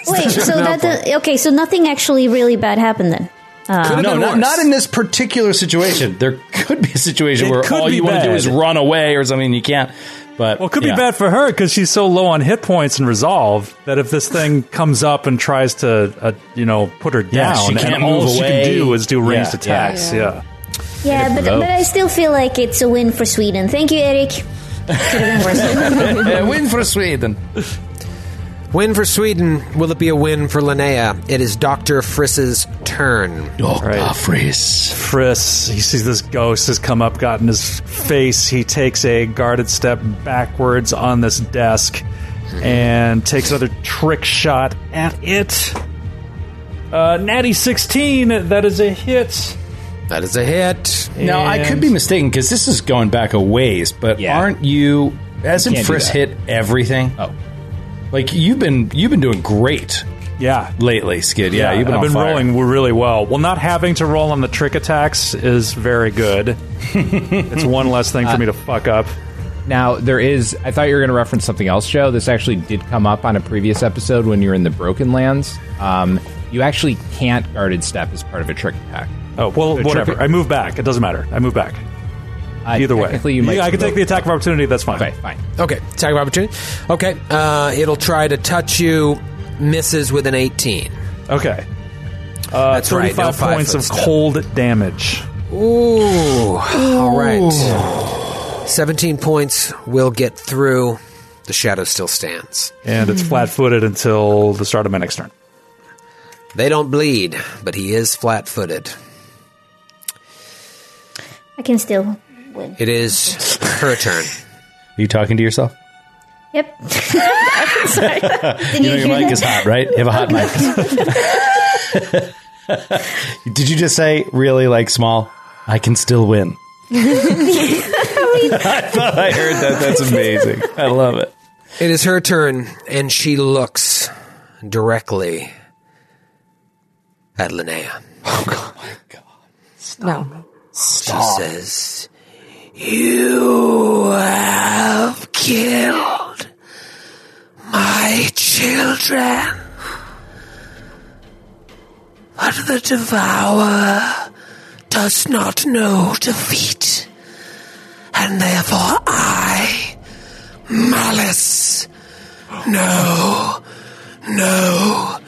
Wait. so that. does- Okay. So nothing actually really bad happened then. Uh, Could've no, been not, worse. not in this particular situation. There could be a situation It where could all be you want to do bad. is run away or something. and You can't. But Well, it could yeah. be bad for her because she's so low on hit points and resolve that if this thing comes up and tries to, uh, you know, put her Yeah, she down, can't and all move she away. can do is do ranged Yeah, yeah. attacks. Yeah. Yeah, but, vote. but I still feel like it's a win for Sweden. Thank you, Eric. Uh, win for Sweden. Win for Sweden. Will it be a win for Linnea? It is Dr. Friss's turn. All right. Friss. Friss. He sees this ghost has come up, got in his face. He takes a guarded step backwards on this desk and takes another trick shot at it. Uh, natty 16. That is a hit. That is a hit. Now I could be mistaken because this is going back a ways, but aren't you? Hasn't can't do Friss that. hit everything? Oh, like you've been you've been doing great. Yeah, lately, Skid. Yeah, you've been I've on been fire. rolling really well. Well, not having to roll on the trick attacks is very good. it's one less thing for me to fuck up. Uh, Now there is. I thought you were going to reference something else, Joe. This actually did come up on a previous episode when you were in the Broken Lands. Um, you actually can't guarded step as part of a trick attack. Oh well, So whatever. trick- I move back. It doesn't matter. I move back. Either way, technically you might Yeah, I can provoke- take the attack of opportunity. That's fine. Okay, fine. Okay, attack of opportunity. Okay, uh, it'll try to touch you, misses with an 18. Okay. Uh, That's right, no 35 five points foot of step. cold damage. Ooh, all right. 17 points will get through. The shadow still stands. And it's flat footed until the start of my next turn. They don't bleed, but he is flat footed. I can still win. It is her turn. Are you talking to yourself? Yep. Sorry. Didn't you know your hear mic that? is hot, right? You have a hot mic. Did you just say really like small? I can still win. Oh, I thought I heard that. That's amazing. I love it. It is her turn, and she looks directly at Linnea. No. She says, You have killed my children. But the devourer does not know defeat, and therefore I, malice, no, no,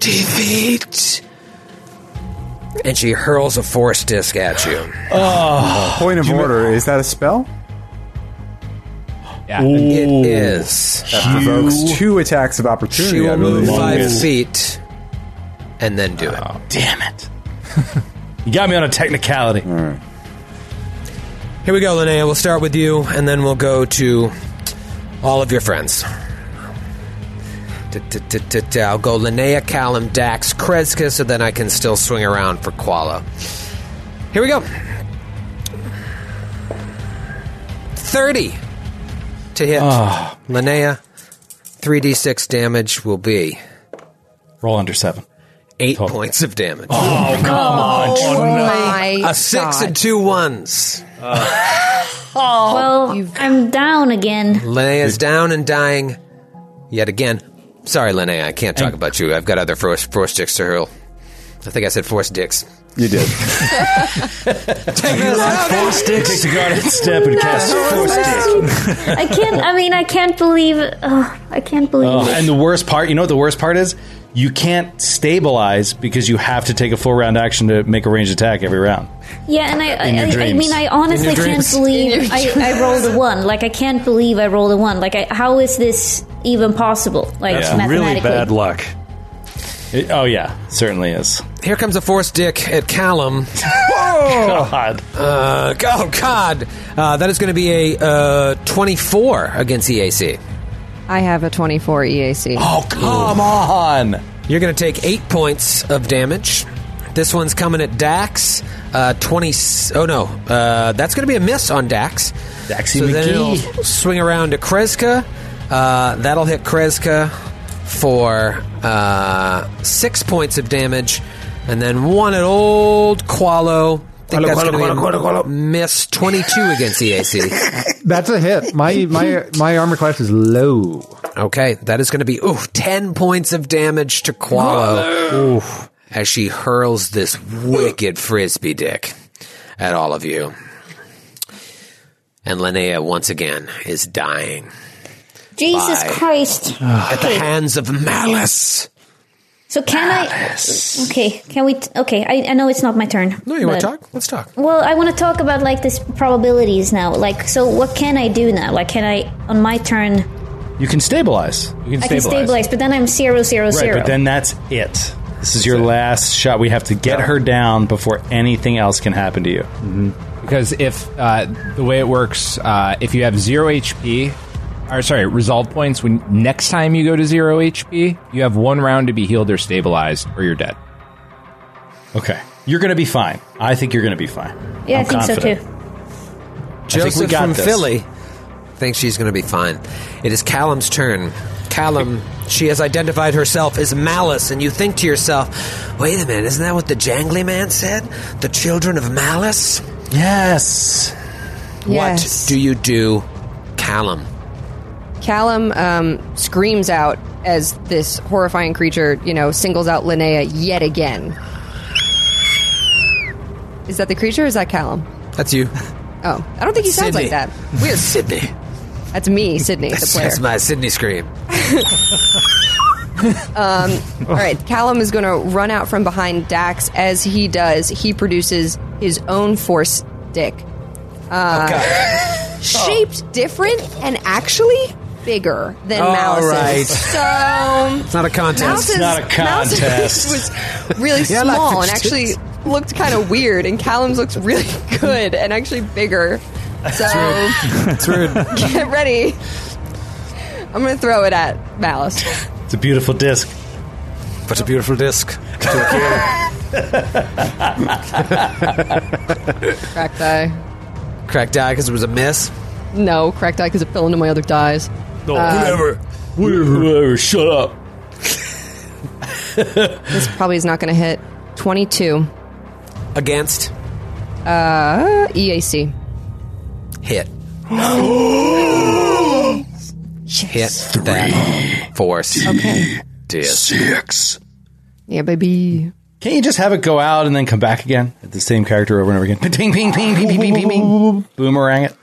defeat. And she hurls a force disc at you. Oh, point of order. is that a spell? Yeah, it is. That provokes two attacks of opportunity. She I will believe. move five feet and then do it. Oh, Damn it. You got me on a technicality. Here we go, Linnea. We'll start with you, and then we'll go to all of your friends. Da-da-da-da-da. I'll go Linnea, Callum, Dax, Kreska, so then I can still swing around for Koala. Here we go. 30 to hit. Ah. Linnea, 3d6 damage will be. Roll under 7. 8 points of damage. Oh, come on. my a 6 God. and two ones. Oh, well, I'm down again. Linnea's down and dying yet again. Sorry, Linnea, I can't talk about you. I've got other force, force dicks to hurl. I think I said force dicks. You did. Four sticks. Take the guarded step and cast four sticks. I can't. I mean, I can't believe. Oh, I can't believe. Oh, it. and the worst part, you know what the worst part is? You can't stabilize because you have to take a full round action to make a ranged attack every round. yeah, and I. I, In your I, I dreams. mean, I In honestly your can't dreams. believe I, I rolled a one. Like, I can't believe I rolled a one. Like, I, how is this even possible? Like, That's mathematically. really bad luck. It- oh, yeah. Certainly is. Here comes a force dick at Callum. God. Uh, oh, God. Uh, that is going to be a uh, 24 against E EAC. I have a 24 EAC. Oh, come on. You're going to take 8 points of damage. This one's coming at Dax. Uh, 20. s- Oh, no. Uh, that's going to be a miss on Dax. Daxy so then McGee. it'll swing around to Kreska. Uh, that'll hit Kreska for uh, six points of damage, and then one at old Qualo. I think Qualo, that's Qualo, going to be Qualo, Qualo, Qualo. miss twenty-two against E EAC. That's a hit. My my my armor class is low. Okay, that is going to be ooh ten points of damage to Qualo as she hurls this wicked frisbee dick at all of you. And Linnea once again is dying. Jesus Bye. Christ. at the hands of malice. So can I? Okay, can we? T- okay, I, I know it's not my turn. No, you want to but- talk? Let's talk. Well, I want to talk about like this probabilities now. Like, so what can I do now? Like, can I on my turn You can stabilize. You can I can stabilize. stabilize, but then I'm zero zero right, zero. but then that's it. This is your last shot. We have to get her down before anything else can happen to you. Mm-hmm. Because if uh, the way it works, uh, if you have zero HP, or sorry, resolve points, when next time you go to zero HP, you have one round to be healed or stabilized, or you're dead. Okay, you're going to be fine. I think you're going to be fine. yeah, i I'm think confident. so too. think we Joseph got from this. Philly thinks she's going to be fine. It is Callum's turn. Callum, she has identified herself as Malice, and you think to yourself, wait a minute, isn't that what the jangly man said? The children of Malice? Yes. What do you do, Callum? Callum um, screams out as this horrifying creature, you know, singles out Linnea yet again. Is that the creature? Or is that Callum? That's you. Oh, I don't think he sounds Sydney. like that. Weird. Sydney. That's me, Sydney, the That's, player. that's my Sydney scream. Um, all right, Callum is going to run out from behind Dax. As he does, he produces his own force stick, uh, shaped different and actually bigger than All Malice's. right. So It's not a contest. Mouse's, Mouse's was really Yeah, I like small fish and actually looked kind of weird, and Callum's looks really good and actually bigger. So it's rude. get ready. I'm going to throw it at Malice. It's a beautiful disc. But a beautiful disc. Crack die. Cracked die because it was a miss. No, cracked die because it fell into my other dies. Uh, Whatever. Whatever. Shut up. This probably is not going to hit. 22. Against Uh, EAC. hit. Hit that force. Okay. Disc. Six. Yeah, baby. Can't you just have it go out and then come back again at the same character over and over again? Ping, ping, ping, ping, ping, ping, ping, ping. Boomerang it.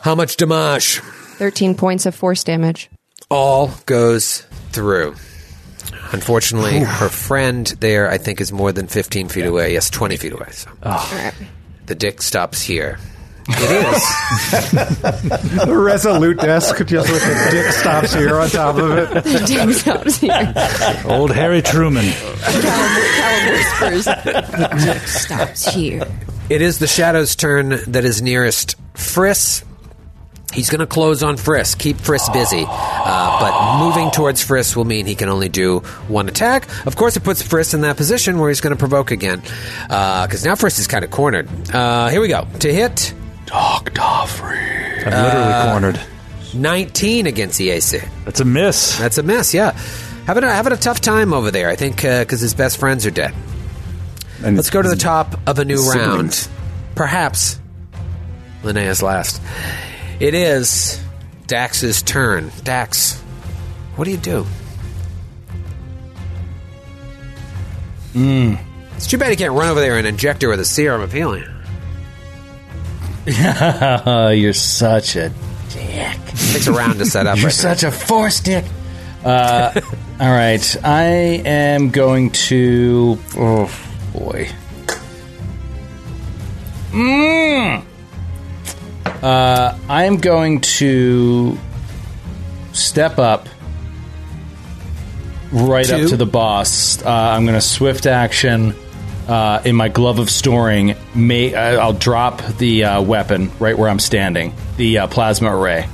How much damage? 13 points of force damage. all goes through. Unfortunately, her friend there, I think, is more than 15 feet away. Yes, 20 feet away. So. The dick stops here. It is. Resolute desk just with the dick stops here on top of it. The dick stops here. Old Harry Truman. Callum whispers. The dick stops here. it is the shadow's turn that is nearest Friss. He's going to close on Friss, keep Friss busy. Uh, but moving towards Friss will mean he can only do one attack. Of course, it puts Friss in that position where he's going to provoke again. Because now Friss is kind of cornered. Uh, here we go. To hit I'm literally Uh, cornered. 19 Uh, against EAC. That's a miss. That's a mess. Yeah, having a, having a tough time over there. I think because his best friends are dead. And Let's go to the top of a new siblings. round. Perhaps Linnea's last. It is Dax's turn. Dax, what do you do? Mm. Hmm. It's too bad he can't run over there and inject her with a serum of healing. Uh, you're such a dick. Takes a round to set up. You're right now. such a force dick. Uh, all right, I am going to. Oh boy. Mm. Uh, I am going to step up right Two. up to the boss. Uh, I'm going to swift action uh, in my glove of storing. May I- I'll drop the uh, weapon right where I'm standing, the uh, plasma array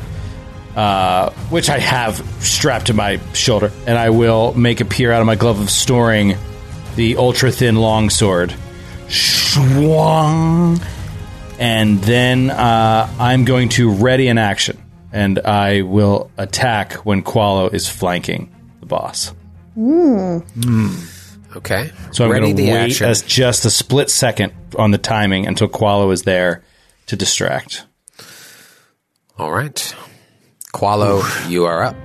uh, which I have strapped to my shoulder, and I will make appear out of my glove of storing the ultra thin longsword. Schwang. And then uh, I'm going to ready an action, and I will attack when Qualo is flanking the boss. Hmm. Hmm. Okay. So I'm Ready going to the wait action. as just a split second on the timing until Qualo is there to distract. All right. Qualo, you are up.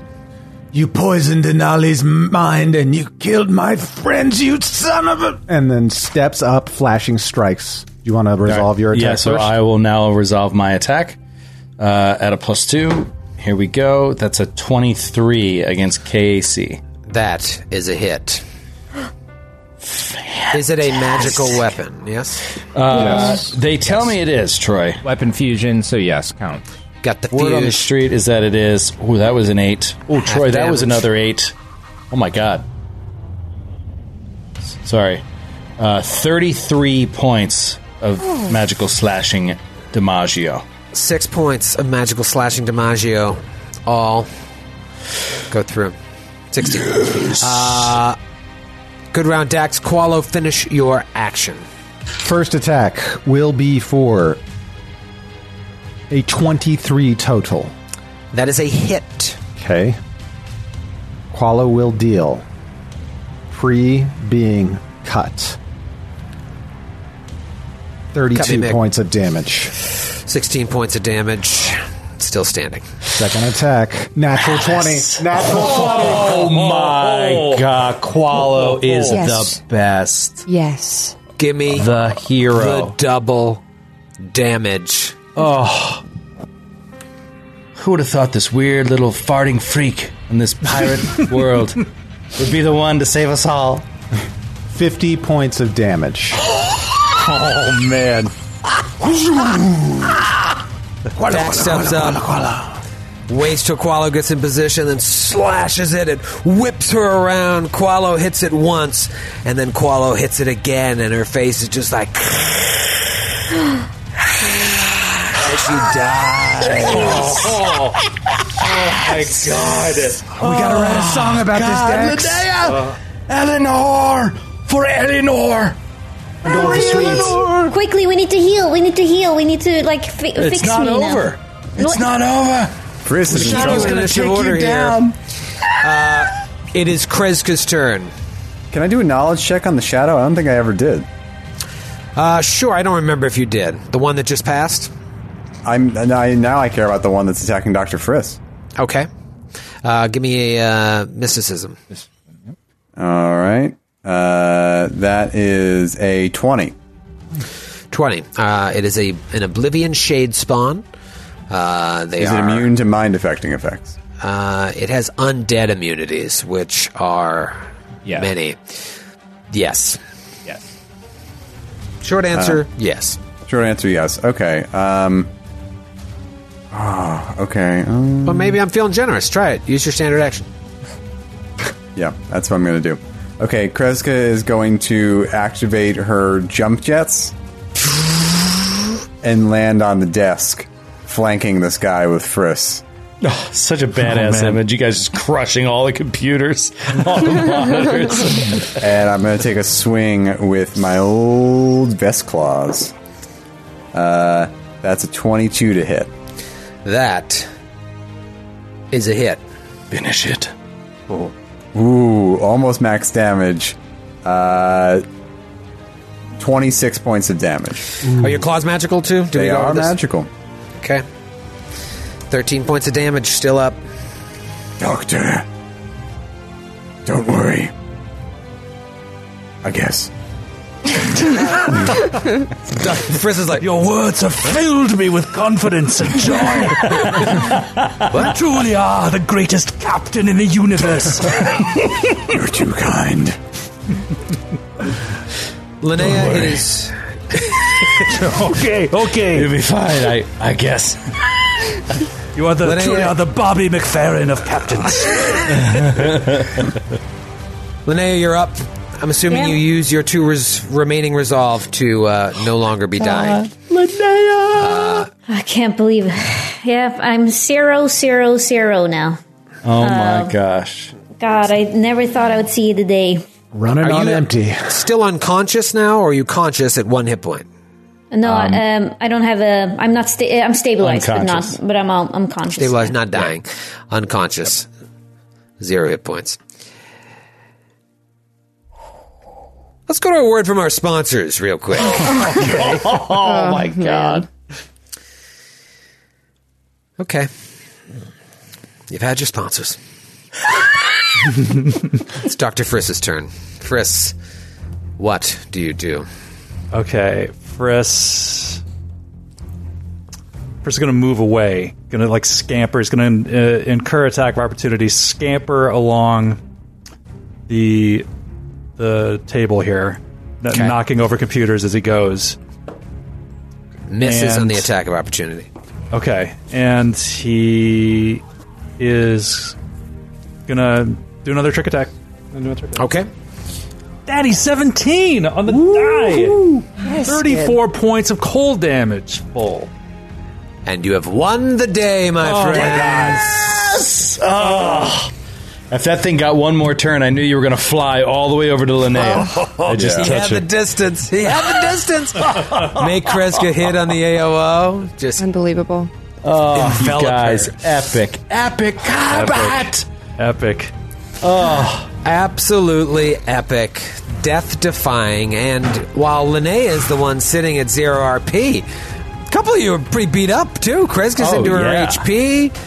You poisoned Denali's mind and you killed my friends, you son of a. And then steps up, flashing strikes. Do you want to resolve your attack yeah, so first? I will now resolve my attack uh, at a plus two. Here we go. That's a 23 against KAC. That is a hit. Is it a magical weapon? Yes. Uh, Uh, They tell me it is, Troy. Weapon fusion, so yes, count. Got the Word on the fuse. street is that it is. Ooh, that was an eight. Oh, Half Troy, that was damage. another eight. Oh my god. S- Sorry, uh, thirty-three points of Oh. magical slashing Dimaggio. Six points of magical slashing Dimaggio. All go through. 16. Uh, good round, Dax. Qualo, finish your action. First attack will be for a 23 total. That is a hit. Okay. Qualo will deal. Pre being cut. 32 Cut me, Mick. points of damage. 16 points of damage. Still standing. Second attack. Natural Ah, 20. Natural 20. Oh my god, Qualo is Yes. the best. Yes. Give me the hero. The double damage. Oh. Who would have thought this weird little farting freak in this pirate world would be the one to save us all? 50 points of damage. Oh, man. Dax steps up. um, Waits till Qualo gets in position, then slashes it and whips her around. Qualo hits it once, and then Qualo hits it again, and her face is just like as she dies. Oh, my god. We gotta write a song about this, Dax. Eleanor! For Eleanor! Quickly, we need to heal. We need to heal. We need to like fi- It's fix not me now. over. It's What? not over. Chris is in Shadow's trouble. gonna Initiative take you order here. down. Uh, it is Kreska's turn. Can I do a knowledge check on the shadow? I don't think I ever did. Uh, sure, I don't remember if you did. The one that just passed? I'm and I, now I care about the one that's attacking Dr. Friss. Okay. Uh, give me a uh, mysticism. All right. Uh, that is a 20. 20. Uh, it is a an Oblivion Shade spawn. Uh, they is are, it immune to mind affecting effects? Uh, it has undead immunities, which are Yeah. many. Yes. Yes. Short answer, Uh, yes. Short answer, yes. Okay. Um, ah, okay. Um, But maybe I'm feeling generous. Try it. Use your standard action. Yeah, that's what I'm going to do. Okay, Kreska is going to activate her jump jets and land on the desk, flanking this guy with Friss. Oh, such a badass man. image. You guys just crushing all the computers, all the monitors. and I'm going to take a swing with my old vest claws. Uh, that's a 22 to hit. That is a hit. Finish it. Oh. Ooh, almost max damage. Uh, 26 points of damage. Are your claws magical too? Do they go are with this? magical. Okay. 13 points of damage, still up. Doctor, don't worry. I guess. Frizz is like, Your words have filled me with confidence and joy. You truly are the greatest captain in the universe. You're too kind. Linnea, it is. okay, okay. It'll be fine, I, I guess. You are the Linnea- truly are the Bobby McFerrin of captains. Linnea, you're up. I'm assuming Yeah. you use your two res- remaining resolve to uh, no longer be dying. Uh, Linnea! I can't believe it. Yep, I'm zero, zero, zero now. Oh my Um, gosh. God, I never thought I would see the day. Running Are on you empty. Still unconscious now, or are you conscious at one hit point? No, Um, I- um, I don't have a. I'm not. Sta- I'm stabilized, but Unconscious. not. But I'm. all- I'm conscious. Stabilized, not dying. Unconscious. Zero hit points. Let's go to a word from our sponsors real quick. Oh my god. Okay. You've had your sponsors. it's Dr. Friss's turn. Friss, what do you do? Okay, Friss. Friss is going to move away. Going to like scamper. He's going to uh, incur attack of opportunity. Scamper along the the table here, kn- Okay. knocking over computers as he goes. Misses on And- the attack of opportunity. Okay, and he is gonna do another trick attack. Okay. Daddy, seventeen on the die. Yes, Thirty-four points of cold damage. Full. And you have won the day, my Oh, my friends. Yes! Oh. If that thing got one more turn, I knew you were going to fly all the way over to Linnea. I just Oh, he touched had the it. distance. He had the distance. Make Kreska hit on the AOO. Just unbelievable. Oh, you envelop guys, her. epic, epic combat! Epic. Oh, absolutely epic. Death defying. And while Linnea is the one sitting at zero RP, a couple of you are pretty beat up too. Kreska's Oh, into her yeah. HP.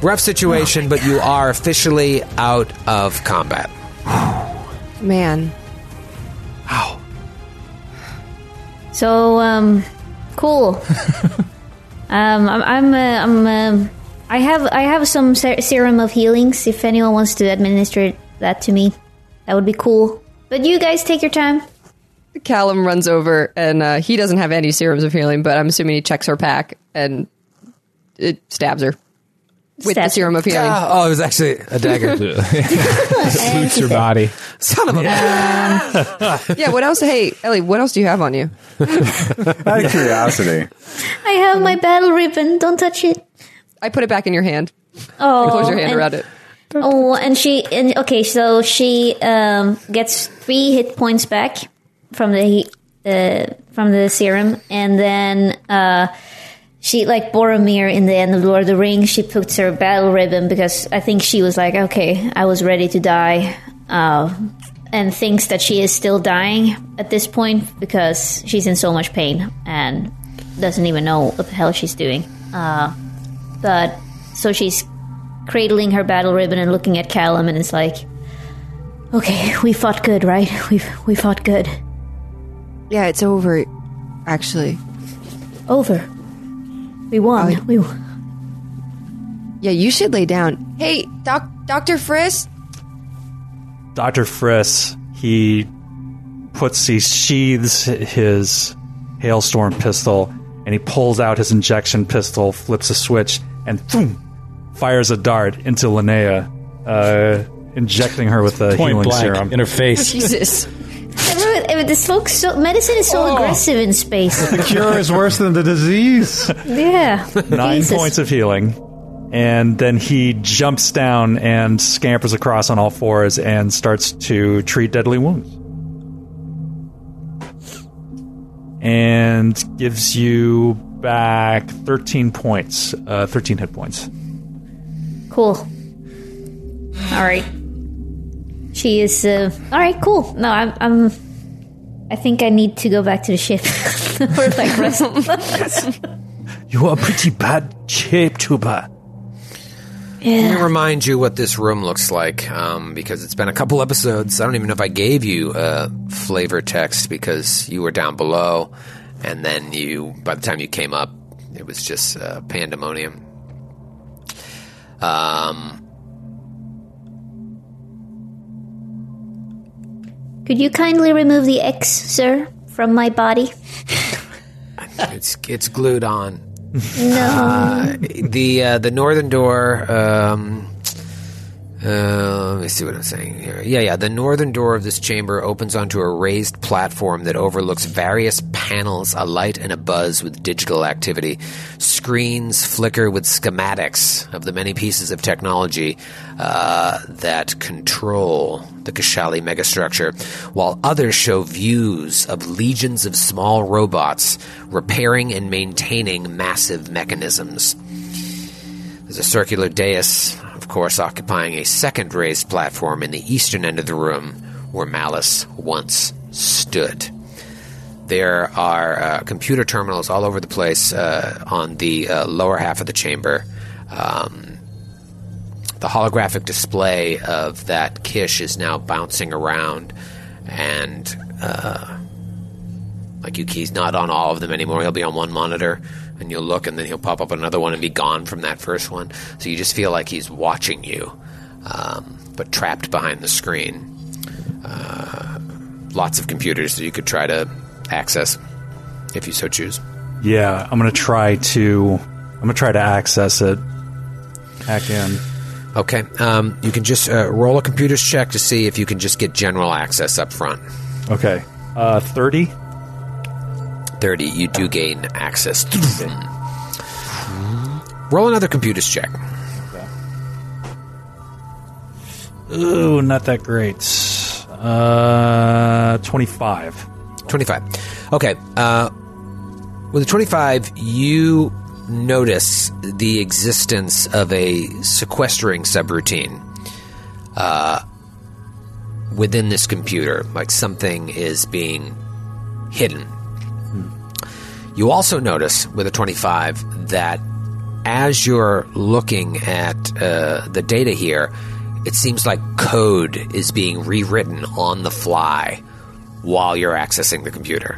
Rough situation, but you are officially out of combat. Man. So um, cool. um, I'm I'm, uh, I'm um I have I have some ser- serum of healings. If anyone wants to administer that to me, that would be cool. But you guys take your time. Callum runs over and uh, he doesn't have any serums of healing, but I'm assuming he checks her pack and it stabs her with the Stabs serum of healing. Ah, oh, it was actually a dagger. Suits your body. Son of a. yeah, what else? Hey, Ellie, what else do you have on you? Out of curiosity, I have my battle ribbon. Don't touch it. I put it back in your hand. Oh, You close your hand and- around it. Oh, and she and okay, so she um, gets three hit points back from the uh, from the serum, and then uh, she like Boromir in the end of Lord of the Rings. She puts her battle ribbon because I think she was like, okay, I was ready to die, uh, and thinks that she is still dying at this point because she's in so much pain and doesn't even know what the hell she's doing. Uh, but so she's cradling her battle ribbon and looking at Callum, and it's like, okay, we fought good, right? We we fought good. Yeah, it's over, actually. Over. We won. Oh. We. Yeah, you should lay down. Hey, doc, Dr. Friss? Dr. Friss, he puts, he sheathes his hailstorm pistol and he pulls out his injection pistol, flips a switch, and thoom, fires a dart into Linnea, uh, injecting her with a Point healing blank serum. in her face. Jesus. Everyone, this folks, so, medicine is so aggressive in space. The cure is worse than the disease. Yeah. Nine Jesus. points of healing. And then he jumps down and scampers across on all fours and starts to treat deadly wounds. And gives you back 13 points, uh, 13 hit points. Cool. All right. She is. Uh, all right. Cool. No, I'm. I'm I think I need to go back to the ship or like rest. You are pretty bad shape, Tuba. Let me remind you what this room looks like um, because it's been a couple episodes. I don't even know if I gave you a flavor text because you were down below, and then you, by the time you came up, it was just uh, pandemonium. Um, Could you kindly remove the X, sir, from my body? it's it's glued on. No. Uh, the uh, the northern door. Um, uh, let me see what I'm saying here. Yeah, yeah. The northern door of this chamber opens onto a raised platform that overlooks various panels alight and abuzz with digital activity. Screens flicker with schematics of the many pieces of technology uh, that control the Kashali megastructure, while others show views of legions of small robots repairing and maintaining massive mechanisms. There's a circular dais, of course, occupying a second raised platform in the eastern end of the room where Malice once stood. There are uh, computer terminals all over the place uh, on the uh, lower half of the chamber. Um, the holographic display of that Kish is now bouncing around, and uh, like you, he's not on all of them anymore. He'll be on one monitor, and you'll look, and then he'll pop up on another one and be gone from that first one. So you just feel like he's watching you, um, but trapped behind the screen. Uh, lots of computers that you could try to access if you so choose. Yeah, I'm going to try to I'm gonna try to access it. Hack in. Okay. Um, you can just uh, roll a computer's check to see if you can just get general access up front. Okay. Uh, 30? 30. You do gain access. roll another computer's check. Ooh, not that great. Uh, 25. 25. Okay. Uh, with a 25, you notice the existence of a sequestering subroutine uh, within this computer. Like something is being hidden. You also notice with a 25 that as you're looking at uh, the data here, it seems like code is being rewritten on the fly while you're accessing the computer.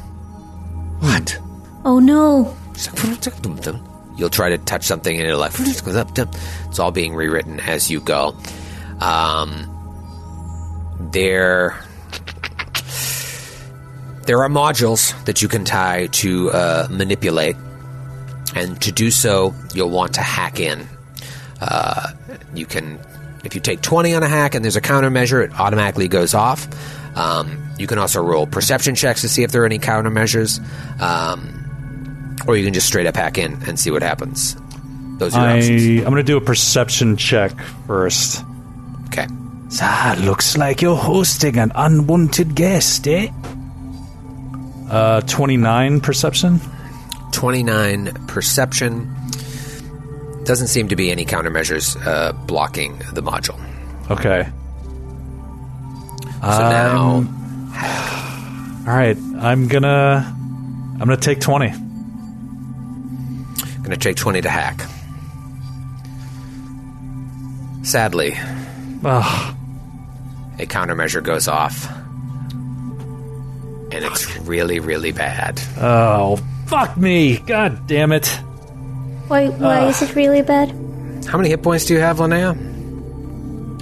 What? Oh no. You'll try to touch something and it'll like it's all being rewritten as you go. Um, there, there are modules that you can tie to uh, manipulate, and to do so, you'll want to hack in. Uh, you can, if you take twenty on a hack and there's a countermeasure, it automatically goes off. Um, you can also roll perception checks to see if there are any countermeasures. Um, or you can just straight up hack in and see what happens. Those are your I, options. I'm gonna do a perception check first. Okay. Ah, looks like you're hosting an unwanted guest, eh? Uh, 29 perception? 29 perception. Doesn't seem to be any countermeasures uh, blocking the module. Okay. So now- Um, All right, I'm gonna, I'm gonna take 20. Going to take 20 to hack. Sadly, a countermeasure goes off. And it's really, really bad. Oh, fuck me! God damn it! Why? Why is it really bad? How many hit points do you have, Linnea?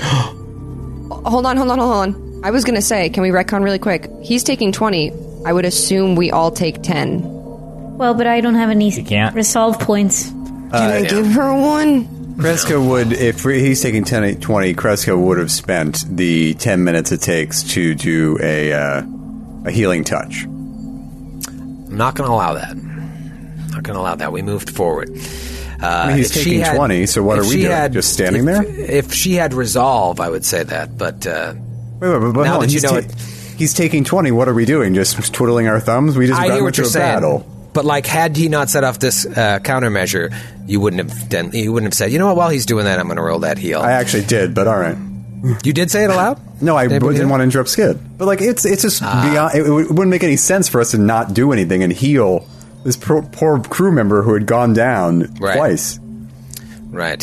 Hold on, hold on, hold on. I was gonna say, can we retcon really quick? He's taking twenty. I would assume we all take ten. Well, but I don't have any resolve points. Can I Give her one. Kreska would, if he's taking 10, eight, 20, Kreska would have spent the 10 minutes it takes to do a, uh, a healing touch. I'm not going to allow that. Not going to allow that. We moved forward. Uh, I mean, he's if she taking had- 20, so what if are we she doing? had- Just if- standing there? If she had resolve, I would say that. But uh, Wait, wait, wait, but Now hold on, that you he's know ta- it- He's taking 20. What are we doing? Just twiddling our thumbs? We just I hear got into what you're a saying. battle. But like, had he not set off this uh, countermeasure, you wouldn't have done. You wouldn't have said, you know what? While he's doing that, I'm going to roll that heal. I actually did, but all right. You did say it aloud? No, I Did didn't we do it? want to interrupt Skid. But like, it's it's just Ah. beyond. It, it wouldn't make any sense for us to not do anything and heal this poor, poor crew member who had gone down twice. right.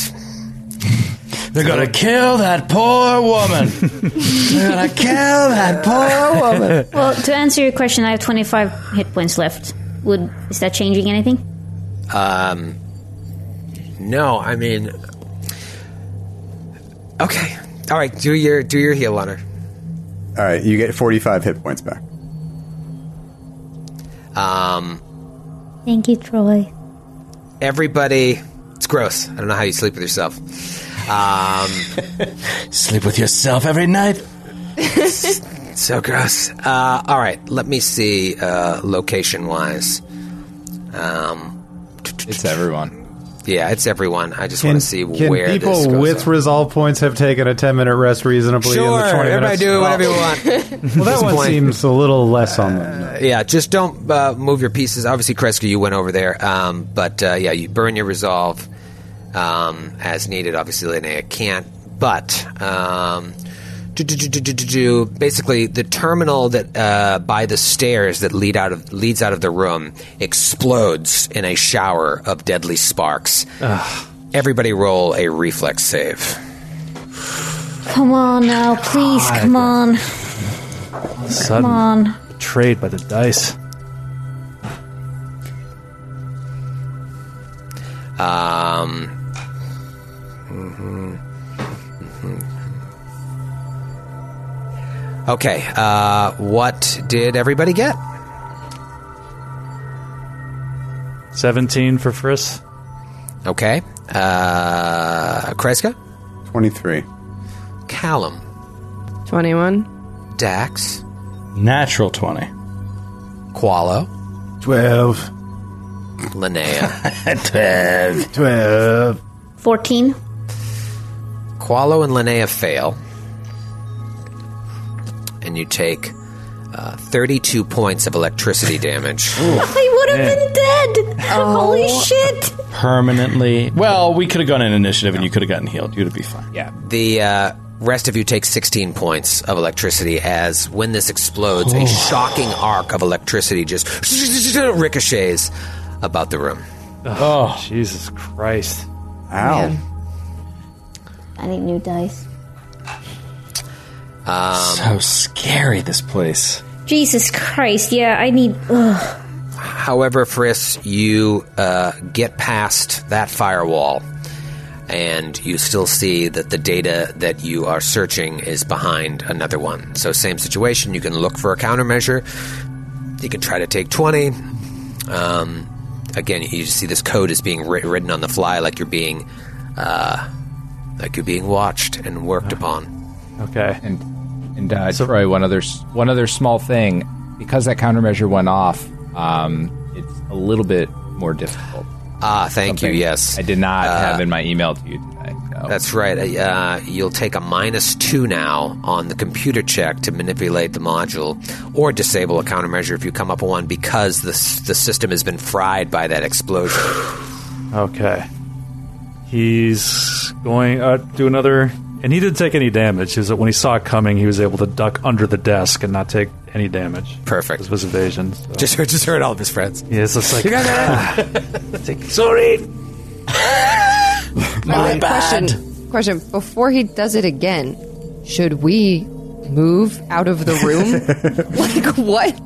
They're gonna kill that poor woman. They're gonna kill that poor woman. Well, to answer your question, I have 25 hit points left. Would is that changing anything? Um, no, I mean, okay, all right. Do your do your heal on her. All right, you get forty five hit points back. Um, Thank you, Troy. everybody, it's gross. I don't know how you sleep with yourself. Um, Sleep with yourself every night. so gross. Uh, all right, let me see uh, location wise. Um, it's everyone. Yeah, it's everyone. I just want to see Can where this people goes with resolve points have taken a 10 minute rest reasonably? in Sure, the 20 everybody minutes? Oh. do whatever you want. Well, that one Disappointing. seems a little less on them. Yeah, just don't uh, move your pieces. Obviously, Kreska, you went over there, um, but uh, yeah, you burn your resolve um, as needed. Obviously, Linnea can't, but um, do, do, do, do, do, do, do. basically, the terminal that uh, by the stairs that lead out of leads out of the room explodes in a shower of deadly sparks. Everybody, roll a reflex save. Come on now, please, come on, come Sudden on. betrayed by the dice. Um, Okay, uh, what did everybody get? 17 for Friss. Okay. Uh, Kreska? 23. Callum? 21. Dax? Natural 20. Qualo? 12. Linnea? 12. 12. 14. Qualo and Linnea fail. And you take uh, 32 points of electricity damage. I would have been dead. Holy shit. Permanently. Well, we could have gone in initiative and you could have gotten healed. You'd have been fine. Yeah. The uh, rest of you take 16 points of electricity as when this explodes, a shocking arc of electricity just ricochets about the room. Oh, Jesus Christ. Man. I need new dice. Um, so scary, this place. Jesus Christ. Yeah, I need. Ugh. However, Friss, you uh, get past that firewall, and you still see that the data that you are searching is behind another one. So, same situation. You can look for a countermeasure. You can try to take twenty. Um, again, you just see this code is being writ- written on the fly, like you're being, uh, like you're being watched and worked upon. Okay. And and uh, Troy, one other s- one other small thing, because that countermeasure went off, um, it's a little bit more difficult. Ah, thank you, yes. I did not Uh, have in my email to you today. That's right. Uh, you'll take a minus two now on the computer check to manipulate the module or disable a countermeasure if you come up with one because the, s- the system has been fried by that explosion. Okay. He's going uh, do another, and he didn't take any damage. Is that when he saw it coming, he was able to duck under the desk and not take any damage. Perfect. This was evasion. so- Just, heard- just heard all of his friends. Yeah, it's just like You guys sorry. Wait, Question. Question. Before he does it again, should we move out of the room? like what?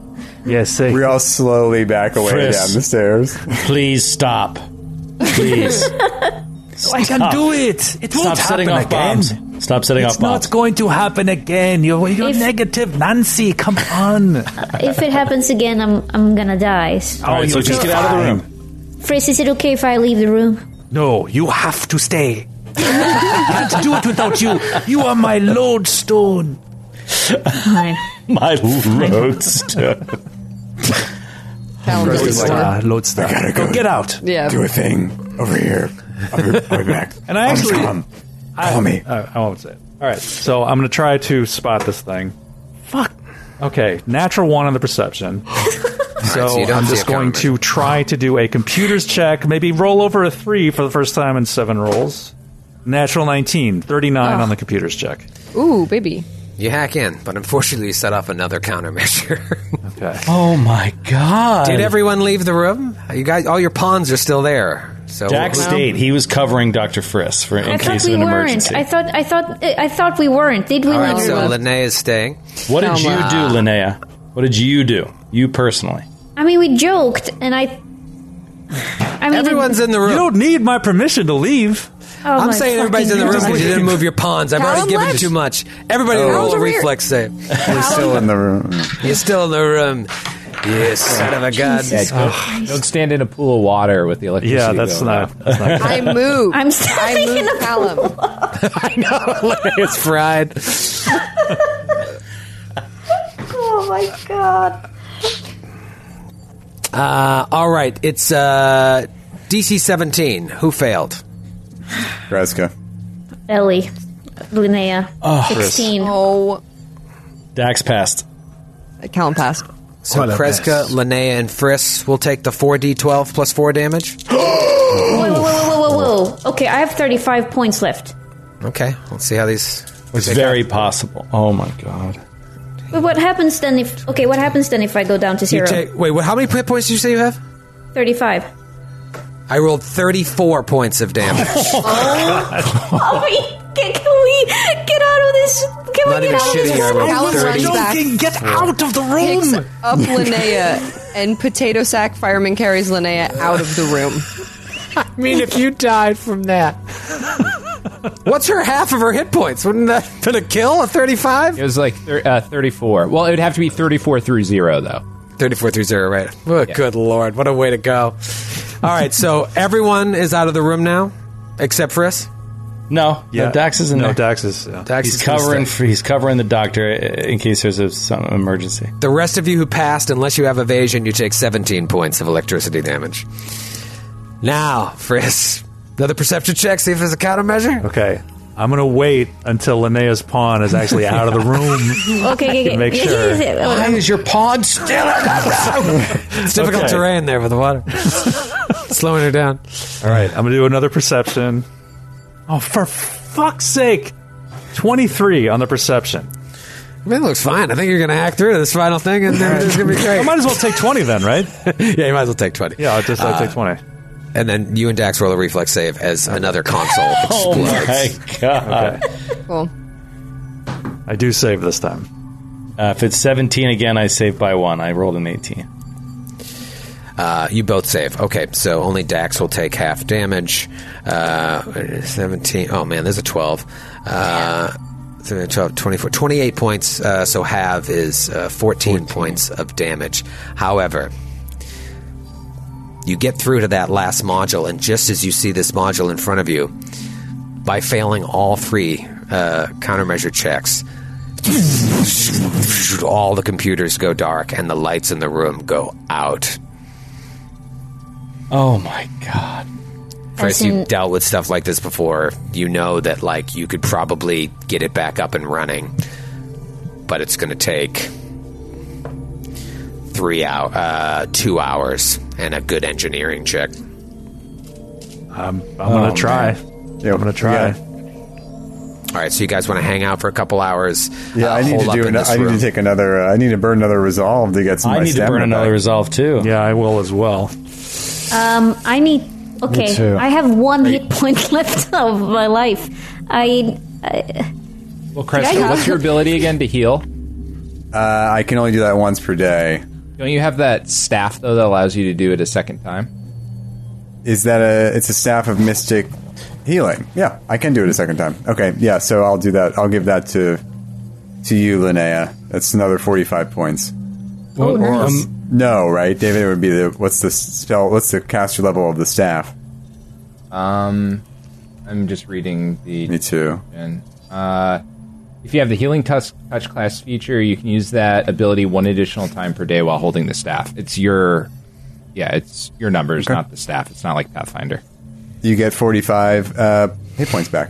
Yes, we all slowly back away Frisk. down the stairs. Please stop. Please. Oh, I can Stop. do it. It Stop won't happen setting off again. bombs. Stop setting it's off bombs. not going to happen again. You're, you're If- negative, Nancy. Come on. If it happens again, I'm I'm gonna die. All Oh, right, so just get out of the room. Frizz, is it okay if I leave the room? No, you have to stay. Can't do it without you. You are my lodestone. Fine. My lodestone. Calum's Lodestar, Uh, like, lodestar. Go get out. Yeah. Do a thing over here. I'll be, I'll be back. And I I'll just actually, come. I, Call me. I, I won't say it. All right, so I'm going to try to spot this thing. Fuck. Okay, natural one on the perception. so so you don't I'm see just a going to try to do a computer's check. Maybe roll over a three for the first time in seven rolls. Natural 19, 39 Ugh. on the computer's check. Ooh, baby. You hack in, but unfortunately you set off another countermeasure. Okay. Oh my god. Did everyone leave the room? You guys, all your pawns are still there. So Jack stayed. He was covering Dr. Friss for in I thought case we of an weren't. emergency. I thought I thought I thought we weren't. Did we? All right, leave the so room? Linnea is staying. what did you Thelma. do, Linnea? What did you do? You personally. I mean, we joked, and I. I mean, Everyone's in the room. You don't need my permission to leave. Oh I'm my saying everybody's in fucking the room God. because you didn't move your pawns. I've already Callum given left. too much. Everybody Oh. roll a over here. reflex save. We're still in the room. You're still in the room. Oh, You son of a gun. Yeah, don't, don't stand in a pool of water with the electricity. Yeah, that's going not. off. That's not I move. I'm I standing in move a Callum. It's fried. Oh my god. Uh, all right, it's uh, DC 17. Who failed? Kreska. Ellie, Linnea, sixteen. Oh, Dax passed. Callum passed. So Quite a Kreska, Linnea, and Friss will take the 4d12 plus 4 damage. Whoa, whoa, whoa, whoa, whoa, whoa! Okay, I have thirty-five points left. Okay, let's see how these. It's very possible. Oh my god. But what happens then if? Okay, what happens then if I go down to You zero? take, wait, what, how many hit points did you say you have? Thirty-five. I rolled 34 points of damage. Oh, we can, can we get out of this? Can Not we even get out of shitty, I this? rolled Callum 30. runs back, Joking, get out of the picks room. up Linnea, and Potato Sack Fireman carries Linnea out of the room. I mean, if you died from that. What's her half of her hit points? Wouldn't that have been a kill? A 35? It was like thir- uh, 34. Well, it would have to be 34 through zero, though. 34 through 0, right? Oh, Good lord. What a way to go. All right, so everyone is out of the room now, except for us. No, no, Dax is in no, there. Dax is. Yeah. Dax he's is uh, gonna covering. stay. He's covering the doctor uh, in case there's a, some emergency. The rest of you who passed, unless you have evasion, you take 17 points of electricity damage. Now, Frisk, another perception check. See if there's a countermeasure. Okay. I'm going to wait until Linnea's pawn is actually out of the room. Okay, okay, okay. Make Yeah, sure. yeah, yeah. Why is your pod still in the room? It's difficult Okay. terrain there with the water. Slowing her down. All right. I'm going to do another perception. Oh, for fuck's sake. 23 on the perception. Man, looks fine. I think you're going to hack through to this final thing, and everything's going to be great. I might as well take 20 then, right? yeah, you might as well take 20. Yeah, I'll just I'll Uh, take 20. And then you and Dax roll a reflex save as another console Oh explodes. my god! Cool. I do save this time. Uh, if it's 17 again, I save by one. I rolled an 18. Uh, you both save. Okay, so only Dax will take half damage. Uh, 17. Oh, man, there's a 12. Uh, 12, 24, 28 points. Uh, so half is uh, 14 points of damage. However, you get through to that last module, and just as you see this module in front of you, by failing all three uh, countermeasure checks, all the computers go dark and the lights in the room go out. Oh my god! Chris, As in- you've dealt with stuff like this before. You know that like you could probably get it back up and running, but it's going to take three hour, uh, two hours, and a good engineering check. I'm, I'm going Oh, to try. Yeah, I'm going to try. All right, so you guys want to hang out for a couple hours? Yeah, uh, I need hole to up do. in An, this I need room. to take another. Uh, I need to burn another resolve to get some. I of my need to burn stamina another back. resolve too. Yeah, I will as well. Um, I need. Me Okay, too. I have one hit point left of my life. I. I Well, Cresta, Yeah, yeah. what's your ability again to heal? Uh, I can only do that once per day. Don't you have that staff though that allows you to do it a second time? Is that a? It's a staff of mystic healing. Yeah, I can do it a second time. Okay, yeah. So I'll do that. I'll give that to to you, Linnea. That's another forty-five points. oh, nice. Um, no, right, David? It would be the what's the spell? What's the caster level of the staff? Um, I'm just reading the. Me too. description. Uh, if you have the healing touch, touch class feature, you can use that ability one additional time per day while holding the staff. It's your, yeah, it's your numbers, Okay. not the staff. It's not like Pathfinder. You get forty-five uh, hit points back.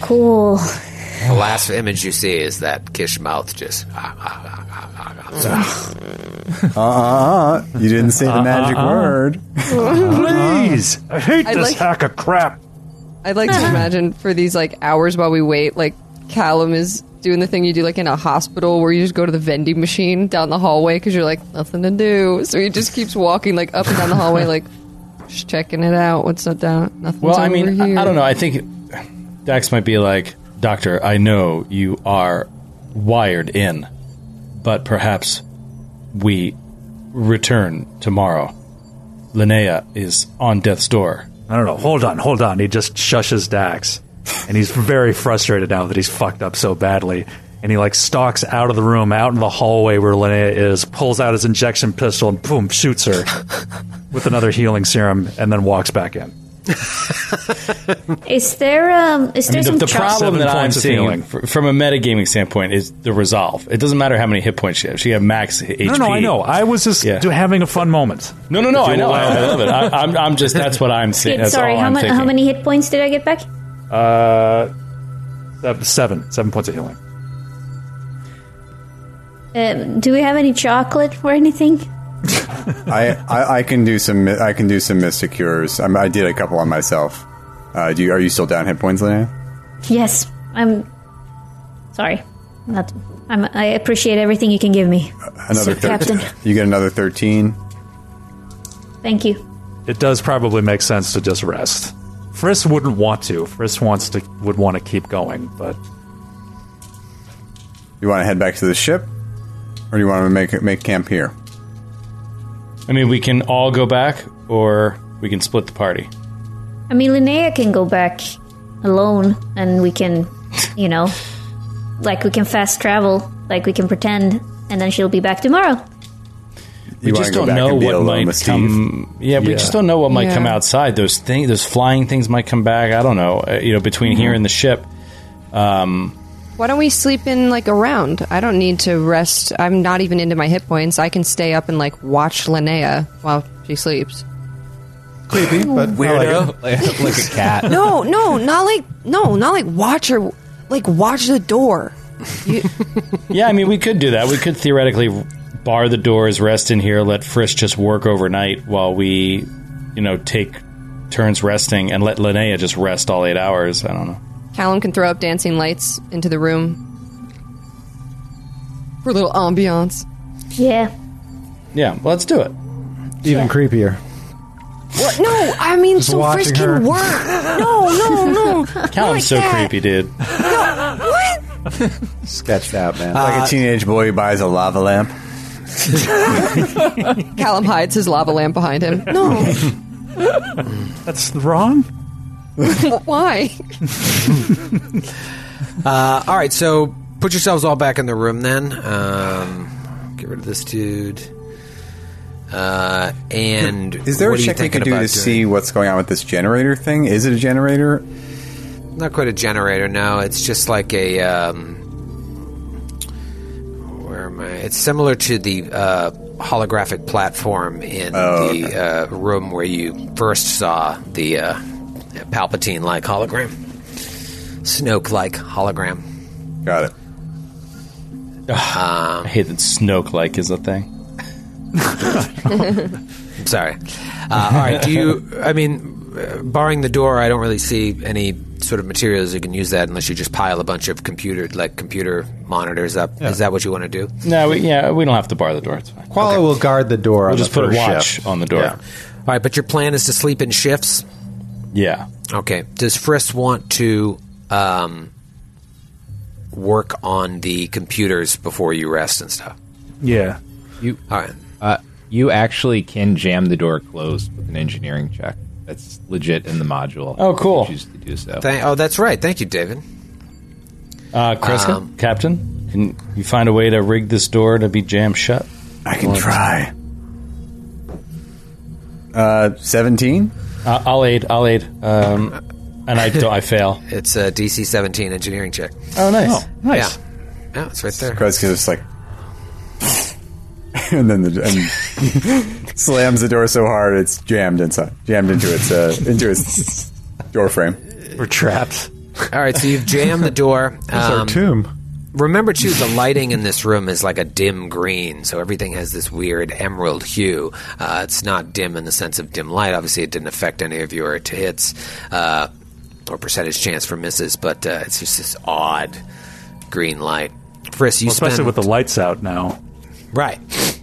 cool. The last image you see is that Kish mouth just. ah, ah, ah, ah, ah, ah. Uh, uh, uh, you didn't say the magic word. Please! I hate I'd this like- hack of crap. I'd like to imagine for these like hours while we wait, like Callum is doing the thing you do like in a hospital where you just go to the vending machine down the hallway because you're like nothing to do, so he just keeps walking like up and down the hallway, like just checking it out. What's up down? Nothing. Well, I mean, here. I, I don't know. I think Dax might be like, Doctor, I know you are wired in, but perhaps we return tomorrow. Linnea is on death's door. I don't know. Hold on, hold on. He just shushes Dax. And he's very frustrated now that he's fucked up so badly. And he like stalks out of the room, out in the hallway where Linnea is, pulls out his injection pistol and boom, shoots her with another healing serum, and then walks back in. Is there um? Is there I mean, the, some the char- problem Seven that I'm points of seeing healing. fr- from a metagaming standpoint is the resolve. It doesn't matter how many hit points she has. She had max HP. No, no, I know. I was just Yeah. do- having a fun moment. No, no, no. If you I know. I, allow I it. love it. I, I'm, I'm just. That's what I'm saying. Wait, That's sorry, all how, I'm many thinking. how many hit points did I get back? Uh, se- seven, seven points of healing. Um, do we have any chocolate or anything? I, I I can do some. mi- I can do some mystic cures. I'm, I did a couple on myself. Uh, do you, are you still down hit points, Linnea? Yes, I'm. Sorry, not. I'm, I appreciate everything you can give me, Another Sir thirteen. Captain. You get another thirteen. Thank you. It does probably make sense to just rest. Frisk wouldn't want to. Frisk wants to would want to keep going, but You want to head back to the ship, or do you want to make make camp here? I mean, we can all go back, or we can split the party. I mean, Linnea can go back alone, and we can, you know, like we can fast travel, like we can pretend, and then she'll be back tomorrow. we You wanna just don't go back know and be what alone might with Steve. come. Yeah, we Yeah. just don't know what might come Yeah. outside. Those things, those flying things might come back. I don't know. Uh, you know, between Mm-hmm. here and the ship. Um, Why don't we sleep in like a round? I don't need to rest. I'm not even into my hit points. I can stay up and like watch Linnea while she sleeps. Creepy, but weirdo, like, like a cat. No, no, not like no, not like watch her. Like watch the door. yeah, I mean, we could do that. We could theoretically bar the doors, rest in here, let Frisch just work overnight while we, you know, take turns resting, and let Linnea just rest all eight hours. I don't know. Callum can throw up dancing lights into the room for a little ambiance. Yeah. Yeah, well, let's do it. Even creepier. What? No, I mean Just so watching Frisk her. can work. No, no, no. Callum's so creepy, dude. What? Sketched out, man. Uh, like a teenage boy who buys a lava lamp. Callum hides his lava lamp behind him. No, That's wrong. why? Hmm. Uh, all right, so put yourselves all back in the room then. Um, get rid of this dude. Uh, and Is there what a are you check we thinking could do to about doing? see what's going on with this generator thing? Is it a generator? Not quite a generator. No, it's just like a. Um, where am I? It's similar to the uh, holographic platform in the uh, room where you first saw the uh, Palpatine-like hologram, Snoke-like hologram. Got it. Um, I hate that Snoke like is a thing. I'm sorry. Uh, all right. Do you? I mean, uh, barring the door, I don't really see any sort of materials you can use that unless you just pile a bunch of computer like computer monitors up. Is that what you want to do? No, we, yeah, we don't have to bar the door. It's fine. Qualo will guard the door. We'll on just the put a first watch shift. on the door. Yeah. All right, but your plan is to sleep in shifts. Yeah. Okay. Does Frisk want to um, work on the computers before you rest and stuff? Yeah. You all right? Uh, you actually can jam the door closed with an engineering check. That's legit in the module. Oh, cool. If you choose to do so. Thank, oh, that's right. Thank you, David. Uh, Kreska, Um, Captain, can you find a way to rig this door to be jammed shut? I can try. Uh, seventeen. Uh, I'll aid. I'll aid. Um, and I don't. I fail. It's a DC 17 engineering check. Oh, nice. nice. Yeah. Yeah, it's right there. Kreska just like, and then the and slams the door so hard it's jammed inside, jammed into its uh, into its door frame. We're trapped. All right, so you've jammed the door. um, That's our tomb. Remember too, the lighting in this room is like a dim green, so everything has this weird emerald hue. Uh, it's not dim in the sense of dim light. Obviously, it didn't affect any of your t- hits uh, or percentage chance for misses, but uh, it's just this odd green light. Frisk, you Well, especially spend with the lights out now. Right.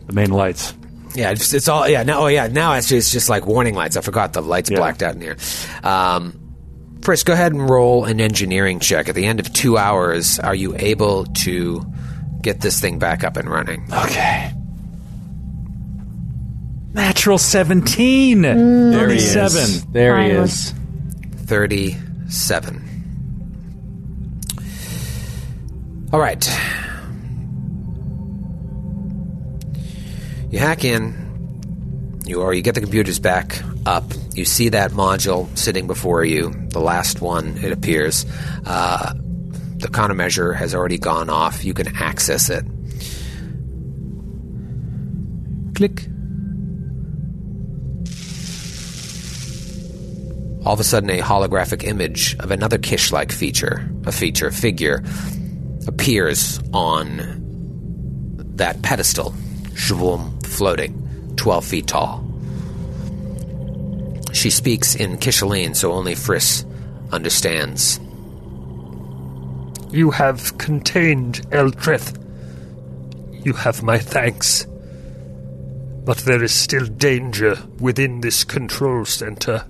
The main lights. Yeah, it's, it's all yeah. Now, oh yeah, now actually it's just like warning lights. I forgot the lights blacked out in here. Um, Frisk, go ahead and roll an engineering check. At the end of two hours, are you able to get this thing back up and running? Okay. Natural 17. Mm. There he is. Seven. There he is. Thirty-seven. All right. You hack in, you or you get the computers back up. You see that module sitting before you, the last one, it appears. Uh, the countermeasure has already gone off. You can access it. Click. All of a sudden, a holographic image of another Kish like feature, a feature, figure, appears on that pedestal, shvoom, floating, 12 feet tall. She speaks in Kishaline, so only Friss understands. You have contained Eltrith. You have my thanks. But there is still danger within this control center.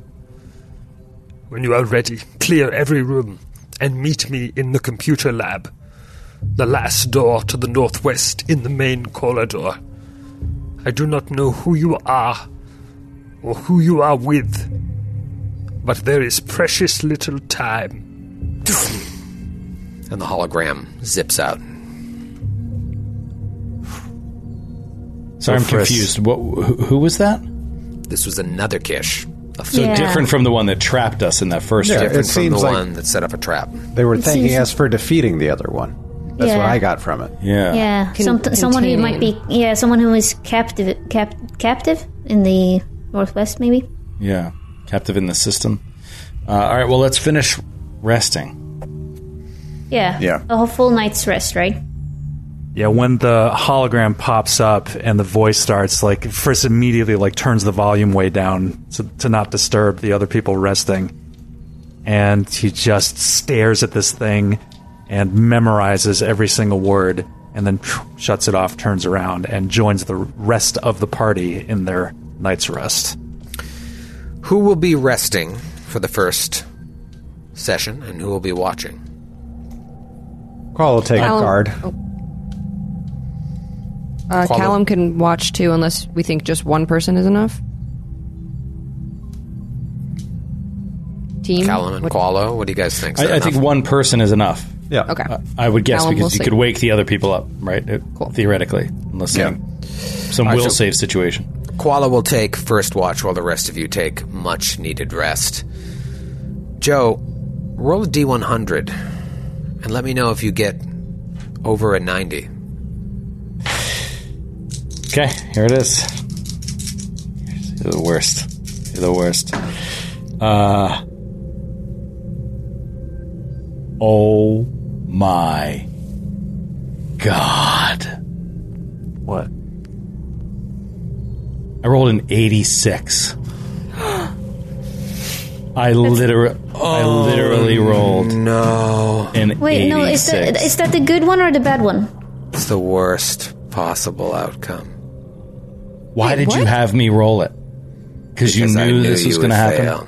When you are ready, clear every room and meet me in the computer lab. The last door to the northwest in the main corridor. I do not know who you are or who you are with, but there is precious little time. And the hologram zips out. Sorry, I'm confused. What? Who, who was that? This was another Kish. So Yeah. different from the one that trapped us in that first. Yeah, one. it Different from the seems like- one that set up a trap. They were It thanking seems- us for defeating the other one. That's what Yeah. I got from it. Yeah. Yeah, Con- some, someone who might be containing. yeah someone who is captive cap, captive in the northwest maybe. Yeah, captive in the system. Uh, all right, well, let's finish resting. Yeah, Yeah. a whole full night's rest, right? Yeah, when the hologram pops up and the voice starts, like Frisk immediately like turns the volume way down to, to not disturb the other people resting, and he just stares at this thing and memorizes every single word, and then shuts it off, turns around, and joins the rest of the party in their night's rest. Who will be resting for the first session, and who will be watching? Carl will take I'll- a guard. Oh. Uh, Follow. Callum can watch too, unless we think just one person is enough. Team. Callum and Qualo. What do you guys think? Is that I, I think Uh, enough? one person is enough. Yeah. Okay. I would guess Callum will because you sleep. could wake the other people up, right? It- Theoretically, unless Yeah. some, some All right, will so- save situation. Koala will take first watch while the rest of you take much needed rest. Joe, roll a D100 and let me know if you get over a 90. Okay, here it is. You're the worst. You're the worst. Uh, oh my god. What? I rolled an 86. I literally, I literally rolled no an 86. Wait, no, is that is that the good one or the bad one? It's the worst possible outcome. Why did you have me roll it? Because you Because I knew, knew this you was going to would happen. fail.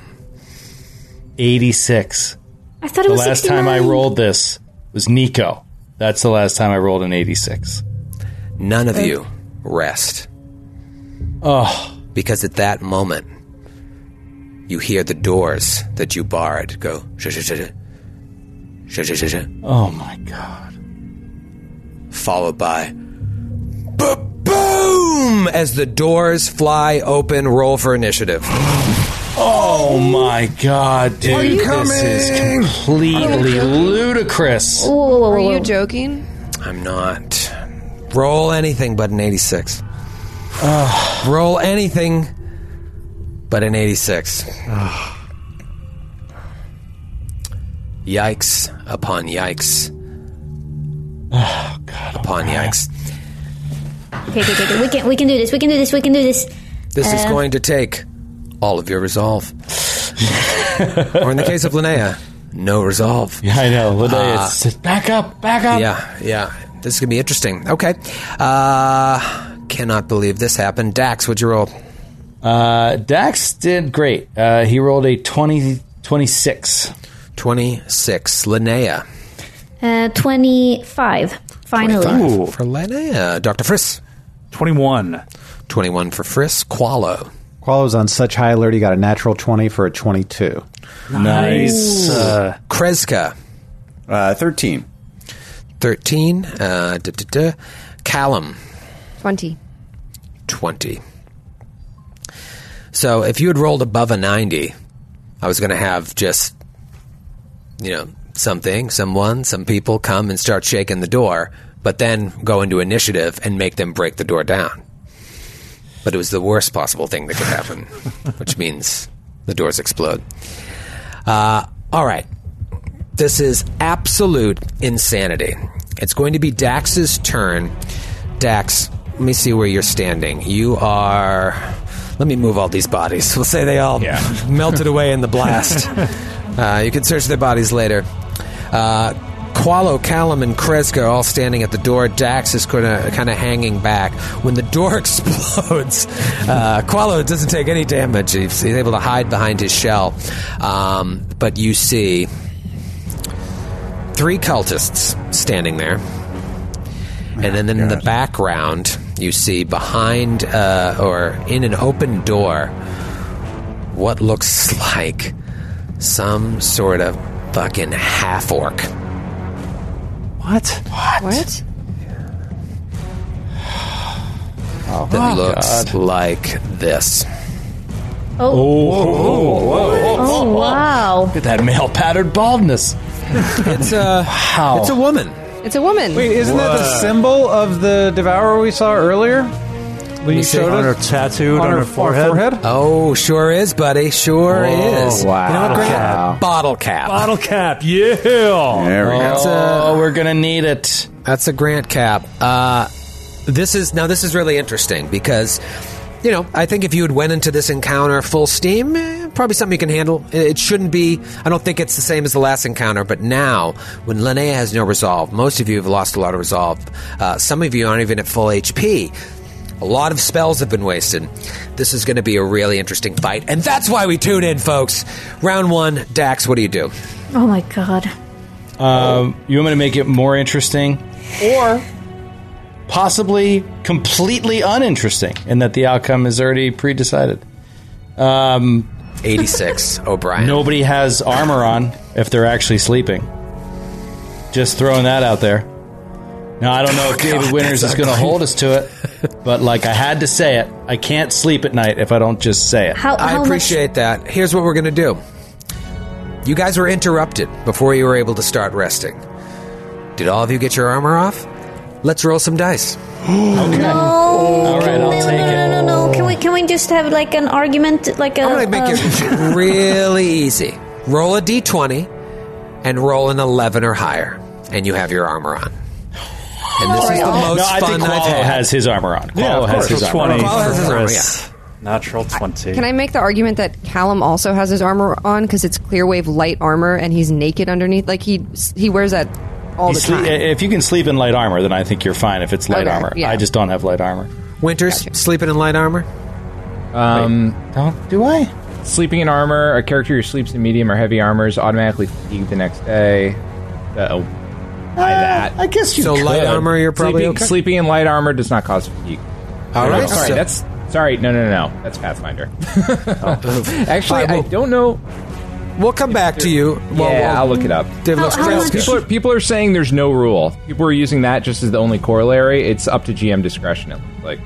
86. I thought it the was last time I 69. rolled this was Nico. That's the last time I rolled an 86. None Uh, of you rest. Oh. Because at that moment, you hear the doors that you barred go. "Shh, shh, shh, shh." Shh, shh, shh, shh. Oh my god. followed by boom as the doors fly open. Roll for initiative. Oh my god, dude. This is completely ludicrous. Were you joking? I'm not. Roll anything but an 86. Roll anything but an 86. Yikes upon yikes. Oh, upon yikes. Okay, okay, okay, okay. We can we can do this. We can do this. We can do this. This is Uh, going to take all of your resolve. or in the case of Linnea, no resolve. Uh, Yeah, I know. Linnea, back up, back Um, up. Yeah, yeah. This is going to be interesting. Okay. Uh, cannot believe this happened. Dax, what'd you roll? Uh, Dax did great. Uh, he rolled a 20, 26. 26. Linnea. Uh, twenty five. Finally. For Linnea. Dr. Friss. 21. 21 for Friss. Qualo. Qualo's on such high alert, he got a natural 20 for a 22. Nice. Uh, Kreska. Uh, 13. 13. Uh, duh, duh, duh. Callum. Twenty. 20. So if you had rolled above a 90, I was going to have just, you know, something, someone, some people come and start shaking the door, but then go into initiative and make them break the door down. But it was the worst possible thing that could happen, which means the doors explode. Uh, all right. This is absolute insanity. It's going to be Dax's turn. Dax, let me see where you're standing. You are. Let me move all these bodies. We'll say they all melted away in the blast. uh, you can search their bodies later. Uh, Qualo, Callum, and Kreska are all standing at the door. Dax is kind of kind of hanging back. When the door explodes, uh, Qualo doesn't take any damage. He's, he's able to hide behind his shell. Um, but you see three cultists standing there. And then in the background, you see behind uh, or in an open door what looks like some sort of fucking half orc. What? What? that Oh, looks God. like this. Oh, oh, wow. Look at that male patterned baldness. it's a how. it's a woman. It's a woman. Wait, isn't that the symbol of the devourer we saw earlier? When you showed us tattooed on her forehead? Oh, sure is, buddy. Sure Oh, is. wow. You know what, Grant? Wow. Bottle cap. Bottle cap, yeah. There we go. That's oh, we're gonna need it. That's a Grant cap. Uh, this is now. This is really interesting because, you know, I think if you had went into this encounter full steam, eh, probably something you can handle. It it shouldn't be. I don't think it's the same as the last encounter. But now, when Linnea has no resolve, most of you have lost a lot of resolve. Uh, some of you aren't even at full HP. A lot of spells have been wasted. This is going to be a really interesting fight, and that's why we tune in, folks. Round one, Dax. What do you do? Oh my god. uh, Um, you want me to make it more interesting, or possibly completely uninteresting, and that the outcome is already pre-decided? Um, Eighty-six, O'Brien. Nobody has armor on if they're actually sleeping. Just throwing that out there. Now I don't know if David Winters is that's going to ugly. hold us to it, but like I had to say it. I can't sleep at night if I don't just say it. How- I how much- appreciate that. Here's what we're going to do. You guys were interrupted before you were able to start resting. Did all of you get your armor off? Let's roll some dice. Okay. No. All right, I'll take it. No, no, no. Can we can we just have like an argument like a um, really easy. Roll a d20 and roll an 11 or higher, and you have your armor on. And this is the most no, I fun think I've Qualo had. has his armor on. Qualo Yeah, of has course. his armor. Twenty. on. Qualo has his armor, yeah. Natural 20. Can I make the argument that Callum also has his armor on because it's clear wave light armor and he's naked underneath? Like he he wears that all You the sleep- time. if you can sleep in light armor, then I think you're fine. If it's light Okay, armor, yeah. I just don't have light armor. Winters, sleeping in light armor? Um, don't, do I? Sleeping in armor, a character who sleeps in medium or heavy armor is automatically fatigued the next day. Uh, by that. I guess you So light could. armor, you're probably sleeping, okay? sleeping in light armor does not cause fatigue. All No, no, right, sorry, so- that's sorry. No, no, no, no, that's Pathfinder. Actually, I don't know. We'll come back to you. Well, yeah, well, I'll look it up. Dave, let's Oh, How- how discuss. much- People, are, people are saying there's no rule. People are using that just as the only corollary. It's up to GM discretion. It looks like.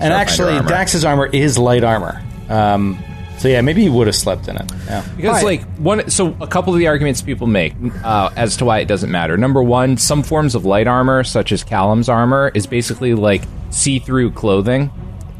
And actually, Dax's armor is light armor. Um, so yeah, maybe you would have slept in it. Yeah. Because like one, so a couple of the arguments people make uh, as to why it doesn't matter. Number one, some forms of light armor, such as Callum's armor, is basically like see-through clothing,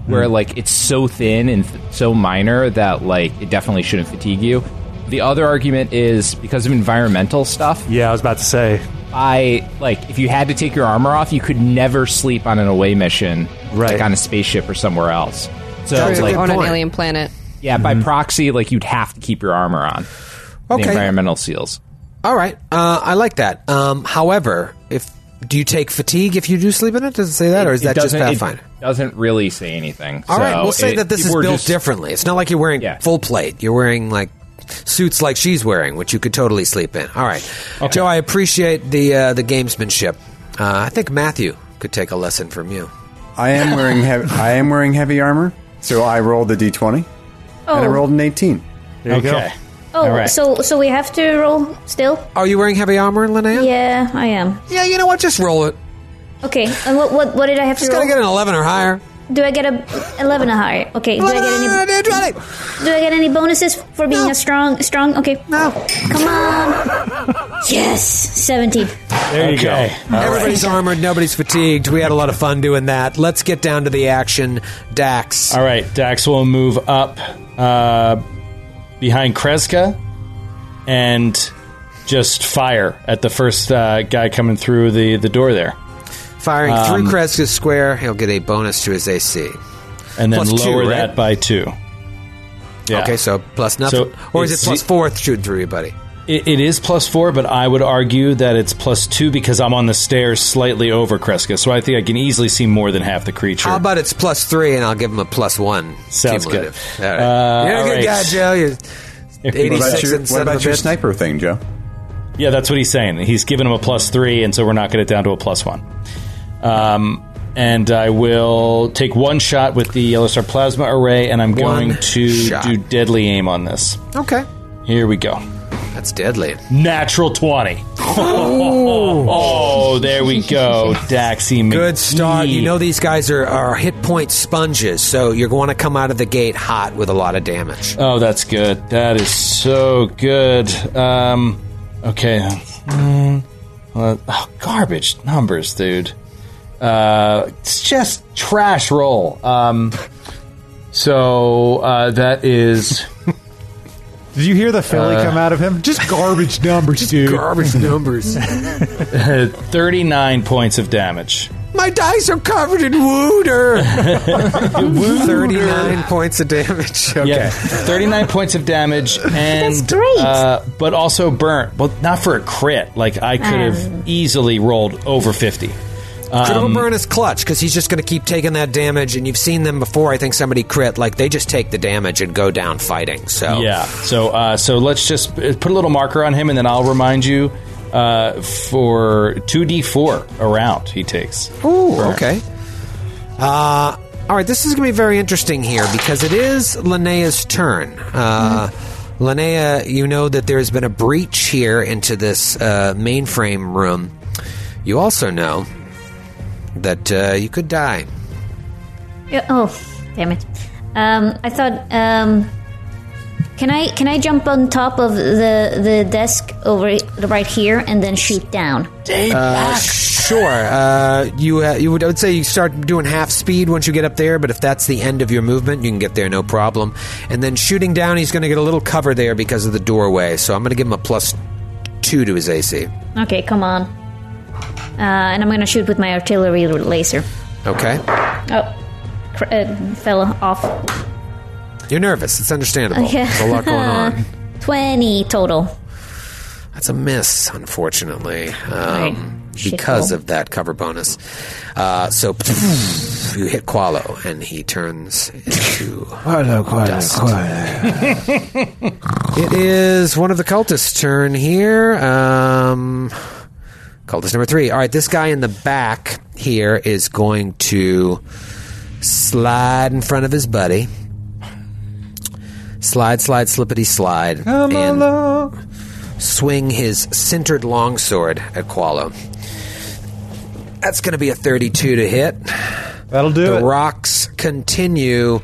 where Hmm. like it's so thin and th- so minor that like it definitely shouldn't fatigue you. The other argument is because of environmental stuff. Yeah, I was about to say. I like if you had to take your armor off, you could never sleep on an away mission, right? Like on a spaceship or somewhere else. So like on an alien planet. yeah, by proxy, like you'd have to keep your armor on. Mm-hmm. Okay. The environmental seals. All right, uh, I like that. Um, however, if do you take fatigue if you do sleep in it? Does it say that, or is It that just doesn't- Pathfinder? It doesn't really say anything. All right, So we'll say it- that this is people are built just- differently. It's not like you're wearing full plate. You're wearing like suits like she's wearing, which you could totally sleep in. All right, Joe, I appreciate the uh, the gamesmanship. Uh, I think Matthew could take a lesson from you. I am wearing heavy. I am wearing heavy armor, so I rolled the d20, and I Oh. rolled an 18. There you go. Oh, so so we have to roll still? Are Oh, you wearing heavy armor, Linnea? Yeah, I am. Yeah, you know what? Just roll it. Okay. And what what what did I have Just to gotta roll? get an eleven or higher. do I get a 11 or higher? Okay. Do I get any Do I get any bonuses for being a strong strong? Okay. No. Come on. Yes, 17. There you go. Everybody's armored. Nobody's fatigued. We had a lot of fun doing that. Let's get down to the action. Dax. All right, Dax will move up uh, behind Kreska and just fire at the first uh, guy coming through the, the door there. Firing Um, through Kreska's square, he'll get a bonus to his AC. And then Plus two, lower right? that by two. Yeah. Okay, so plus nothing. So or is it it's- plus four shooting through your buddy? It, it is plus four, but I would argue that it's plus two because I'm on the stairs slightly over Kreska, so I think I can easily see more than half the creature. How about it's plus three and I'll give him a plus one Sounds cumulative. good. All right. Uh, You're a all good right. guy, Joe. You're What about 86 your- and what son of about a your bitch. sniper? Paper thing, Joe. Yeah, that's what he's saying. He's giving him a plus three, and so we're knocking it down to a plus one. Um, and I will take one shot with the yellow star plasma array, and I'm going to do deadly aim on this. Okay. Here we go. That's deadly. Natural 20. Oh, there we go. Daxi Good start. You know these guys are, are hit point sponges, so you're going to come out of the gate hot with a lot of damage. Oh, that's good. That is so good. Um, okay. Mm, uh, oh, garbage numbers, dude. Uh, it's just trash roll. Um, so uh, that is. uh, Did you hear the Philly come out of him? Just garbage numbers, dude. Garbage numbers. 39 points of damage. My dice are covered in wooter. 39 points of damage. Okay. Yeah, 39 points of damage, and That's great. Uh, but also burnt. Well, not for a crit. Like I could Ah. have easily rolled over 50. Crit Um, will burn his clutch because he's just going to keep taking that damage. And you've seen them before. I think somebody crit. Like, they just take the damage and go down fighting. So, Yeah. So uh, so let's just p- put a little marker on him, and then I'll remind you uh, for two d four a round he takes. Ooh, okay. Uh, all right, this is going to be very interesting here because it is Linnea's turn. Uh, Linnea, you know that there's been a breach here into this uh, mainframe room. You also know that uh, you could die. Yeah, oh, damn it. Um, I thought, um, can I can I jump on top of the the desk over right here and then shoot down? Uh, sure. Uh, you uh, you would I would say you start doing half speed once you get up there, but if that's the end of your movement, you can get there no problem. And then shooting down, he's going to get a little cover there because of the doorway. So I'm going to give him a plus two to his AC. Okay, come on. Uh, and I'm gonna shoot with my artillery laser. Okay. Oh, cr- uh, fell off. You're nervous. It's understandable. Okay. There's a lot going on. Twenty total. That's a miss, unfortunately, um, Shit because hole. of that cover bonus. Uh, so you hit Qualo, and he turns into Qualo, Qualo, dust. Qualo. It is one of the cultists' turn here. Um, cultist number three. All right, this guy in the back here is going to slide in front of his buddy. Slide, slide, slippity, slide, and swing his centered longsword at Qualo. That's going to be a 32 to hit. That'll do the it. rocks continue.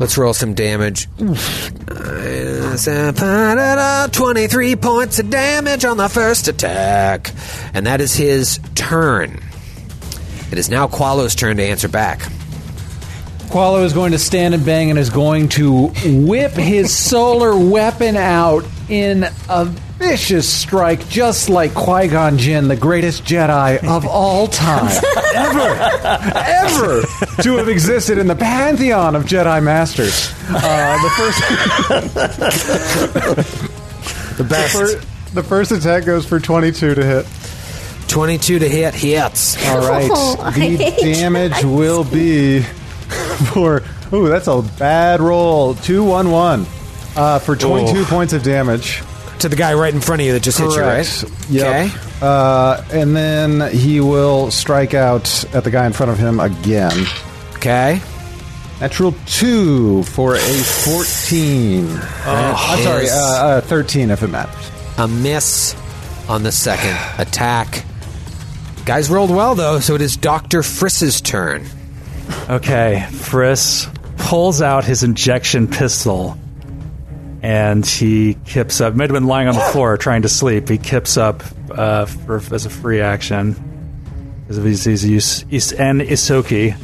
Let's roll some damage. Uh, 23 points of damage on the first attack. And that is his turn. It is now Qualo's turn to answer back. Qualo is going to stand and bang and is going to whip his solar weapon out in a vicious strike, just like Qui Gon Jinn, the greatest Jedi of all time, ever, ever to have existed in the pantheon of Jedi masters. Uh, the first, the best. fir- The first attack goes for 22 to hit. 22 to hit hits. All right. Oh, I the hate damage will be for. Ooh, that's a bad roll. 2 1 1. Uh, for 22 Ooh. points of damage. To the guy right in front of you that just hit you, right? you, right? Okay. Uh, and then he will strike out at the guy in front of him again. Okay. Natural 2 for a 14. I'm sorry, is- uh, uh, 13 if it matters. A miss on the second attack. Guys rolled well, though, so it is Dr. Friss's turn. Okay, Friss pulls out his injection pistol and he kips up. Might have been lying on the floor trying to sleep. He kips up uh, for, as a free action because of his, his use. Is, and Isoki.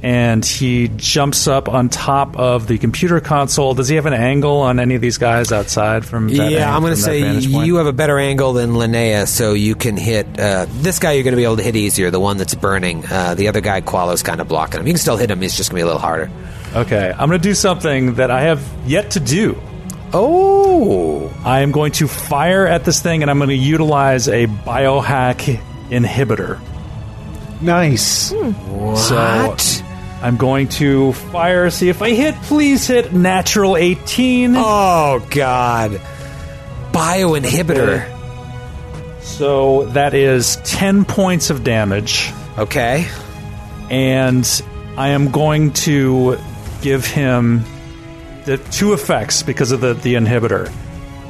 And he jumps up on top of the computer console. Does he have an angle on any of these guys outside from that yeah, ang- I'm going to from that say vantage point? you have a better angle than Linnea, so you can hit uh, this guy. You're going to be able to hit easier. The one that's burning, uh, the other guy Qualo's kind of blocking him. You can still hit him. He's just going to be a little harder. Okay, I'm going to do something that I have yet to do. Oh. I am going to fire at this thing and I'm going to utilize a biohack inhibitor. Nice. Hmm. So I'm going to fire, see if I hit. Please hit natural 18. Oh, God. Bioinhibitor. So that is 10 points of damage. Okay. And I am going to give him the two effects because of the, the inhibitor.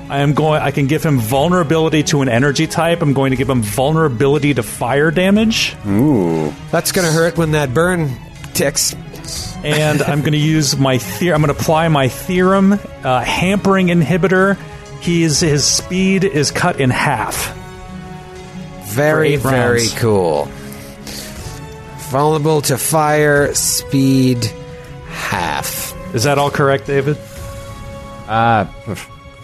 I am going. I can give him vulnerability to an energy type. I'm going to give him vulnerability to fire damage. Ooh, that's going to hurt when that burn ticks. and I'm going to use my theorem. I'm going to apply my theorem, uh, hampering inhibitor. He's his speed is cut in half. Very, For eight very rounds. cool. Vulnerable to fire, speed, half. Is that all correct, David? Uh,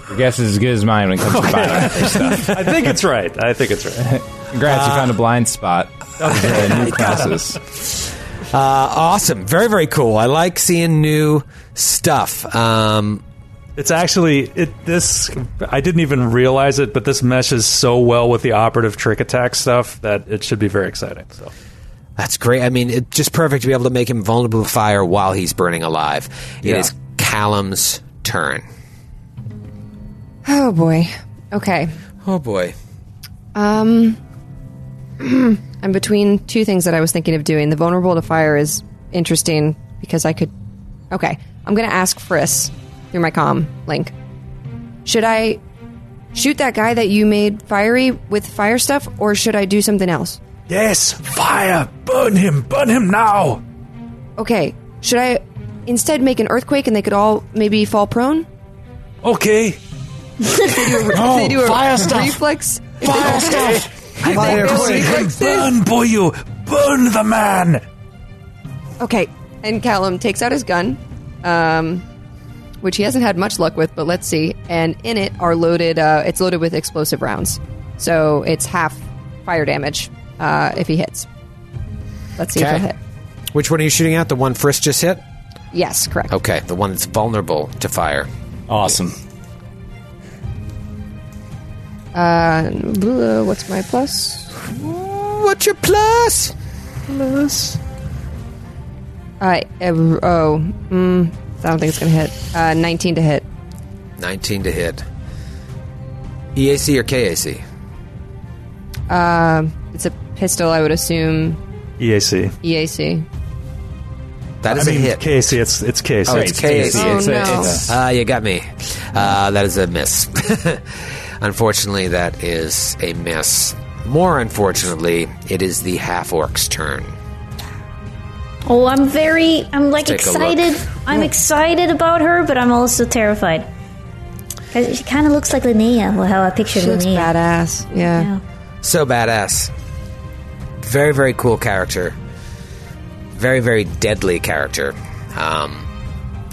your guess is as good as mine when it comes to biometric stuff. I think it's right. I think it's right. Congrats, you Uh, found a blind spot. Uh, new classes. Uh, awesome. Very, very cool. I like seeing new stuff. Um, It's actually it. This I didn't even realize it, but this meshes so well with the operative trick attack stuff that it should be very exciting. So That's great. I mean, it's just perfect to be able to make him vulnerable to fire while he's burning alive. It is Yeah. Callum's turn. Oh boy. Okay. Oh boy. Um, I'm between two things that I was thinking of doing. The vulnerable to fire is interesting because I could. Okay, I'm going to ask Friss through my comm link. Should I shoot that guy that you made fiery with fire stuff, or should I do something else? Yes, fire! Burn him! Burn him now! Okay, should I instead make an earthquake and they could all maybe fall prone? Okay. Oh, If they do a Oh, fire stuff. reflex. Fire stuff. Fire burn, boy, you! Burn the man! Okay, and Callum takes out his gun, um, which he hasn't had much luck with, but let's see. And in it are loaded. Uh, it's loaded with explosive rounds, so it's half fire damage uh, if he hits. Let's see if he'll hit. Which one are you shooting at? The one Frisk just hit? Yes, correct. Okay, the one that's vulnerable to fire. Awesome. Uh, bleh, what's my plus? What's your plus? Plus. Uh, eh, oh, mm, I don't think it's gonna hit. Uh, Nineteen to hit. 19 to hit. EAC or KAC? Uh, it's a pistol, I would assume. EAC. EAC. That is I a mean, hit. KC. It's it's KC. Oh, it's KAC. Ah, you got me. Uh, that is a miss. unfortunately, that is a miss. More unfortunately, it is the half orc's turn. Oh, I'm very, I'm like Let's take a excited. look. I'm excited about her, but I'm also terrified. 'Cause She kind of looks like Linnea, well, how I pictured She looks Linnea. badass, yeah. So badass. Very, very cool character. Very, very deadly character. Um,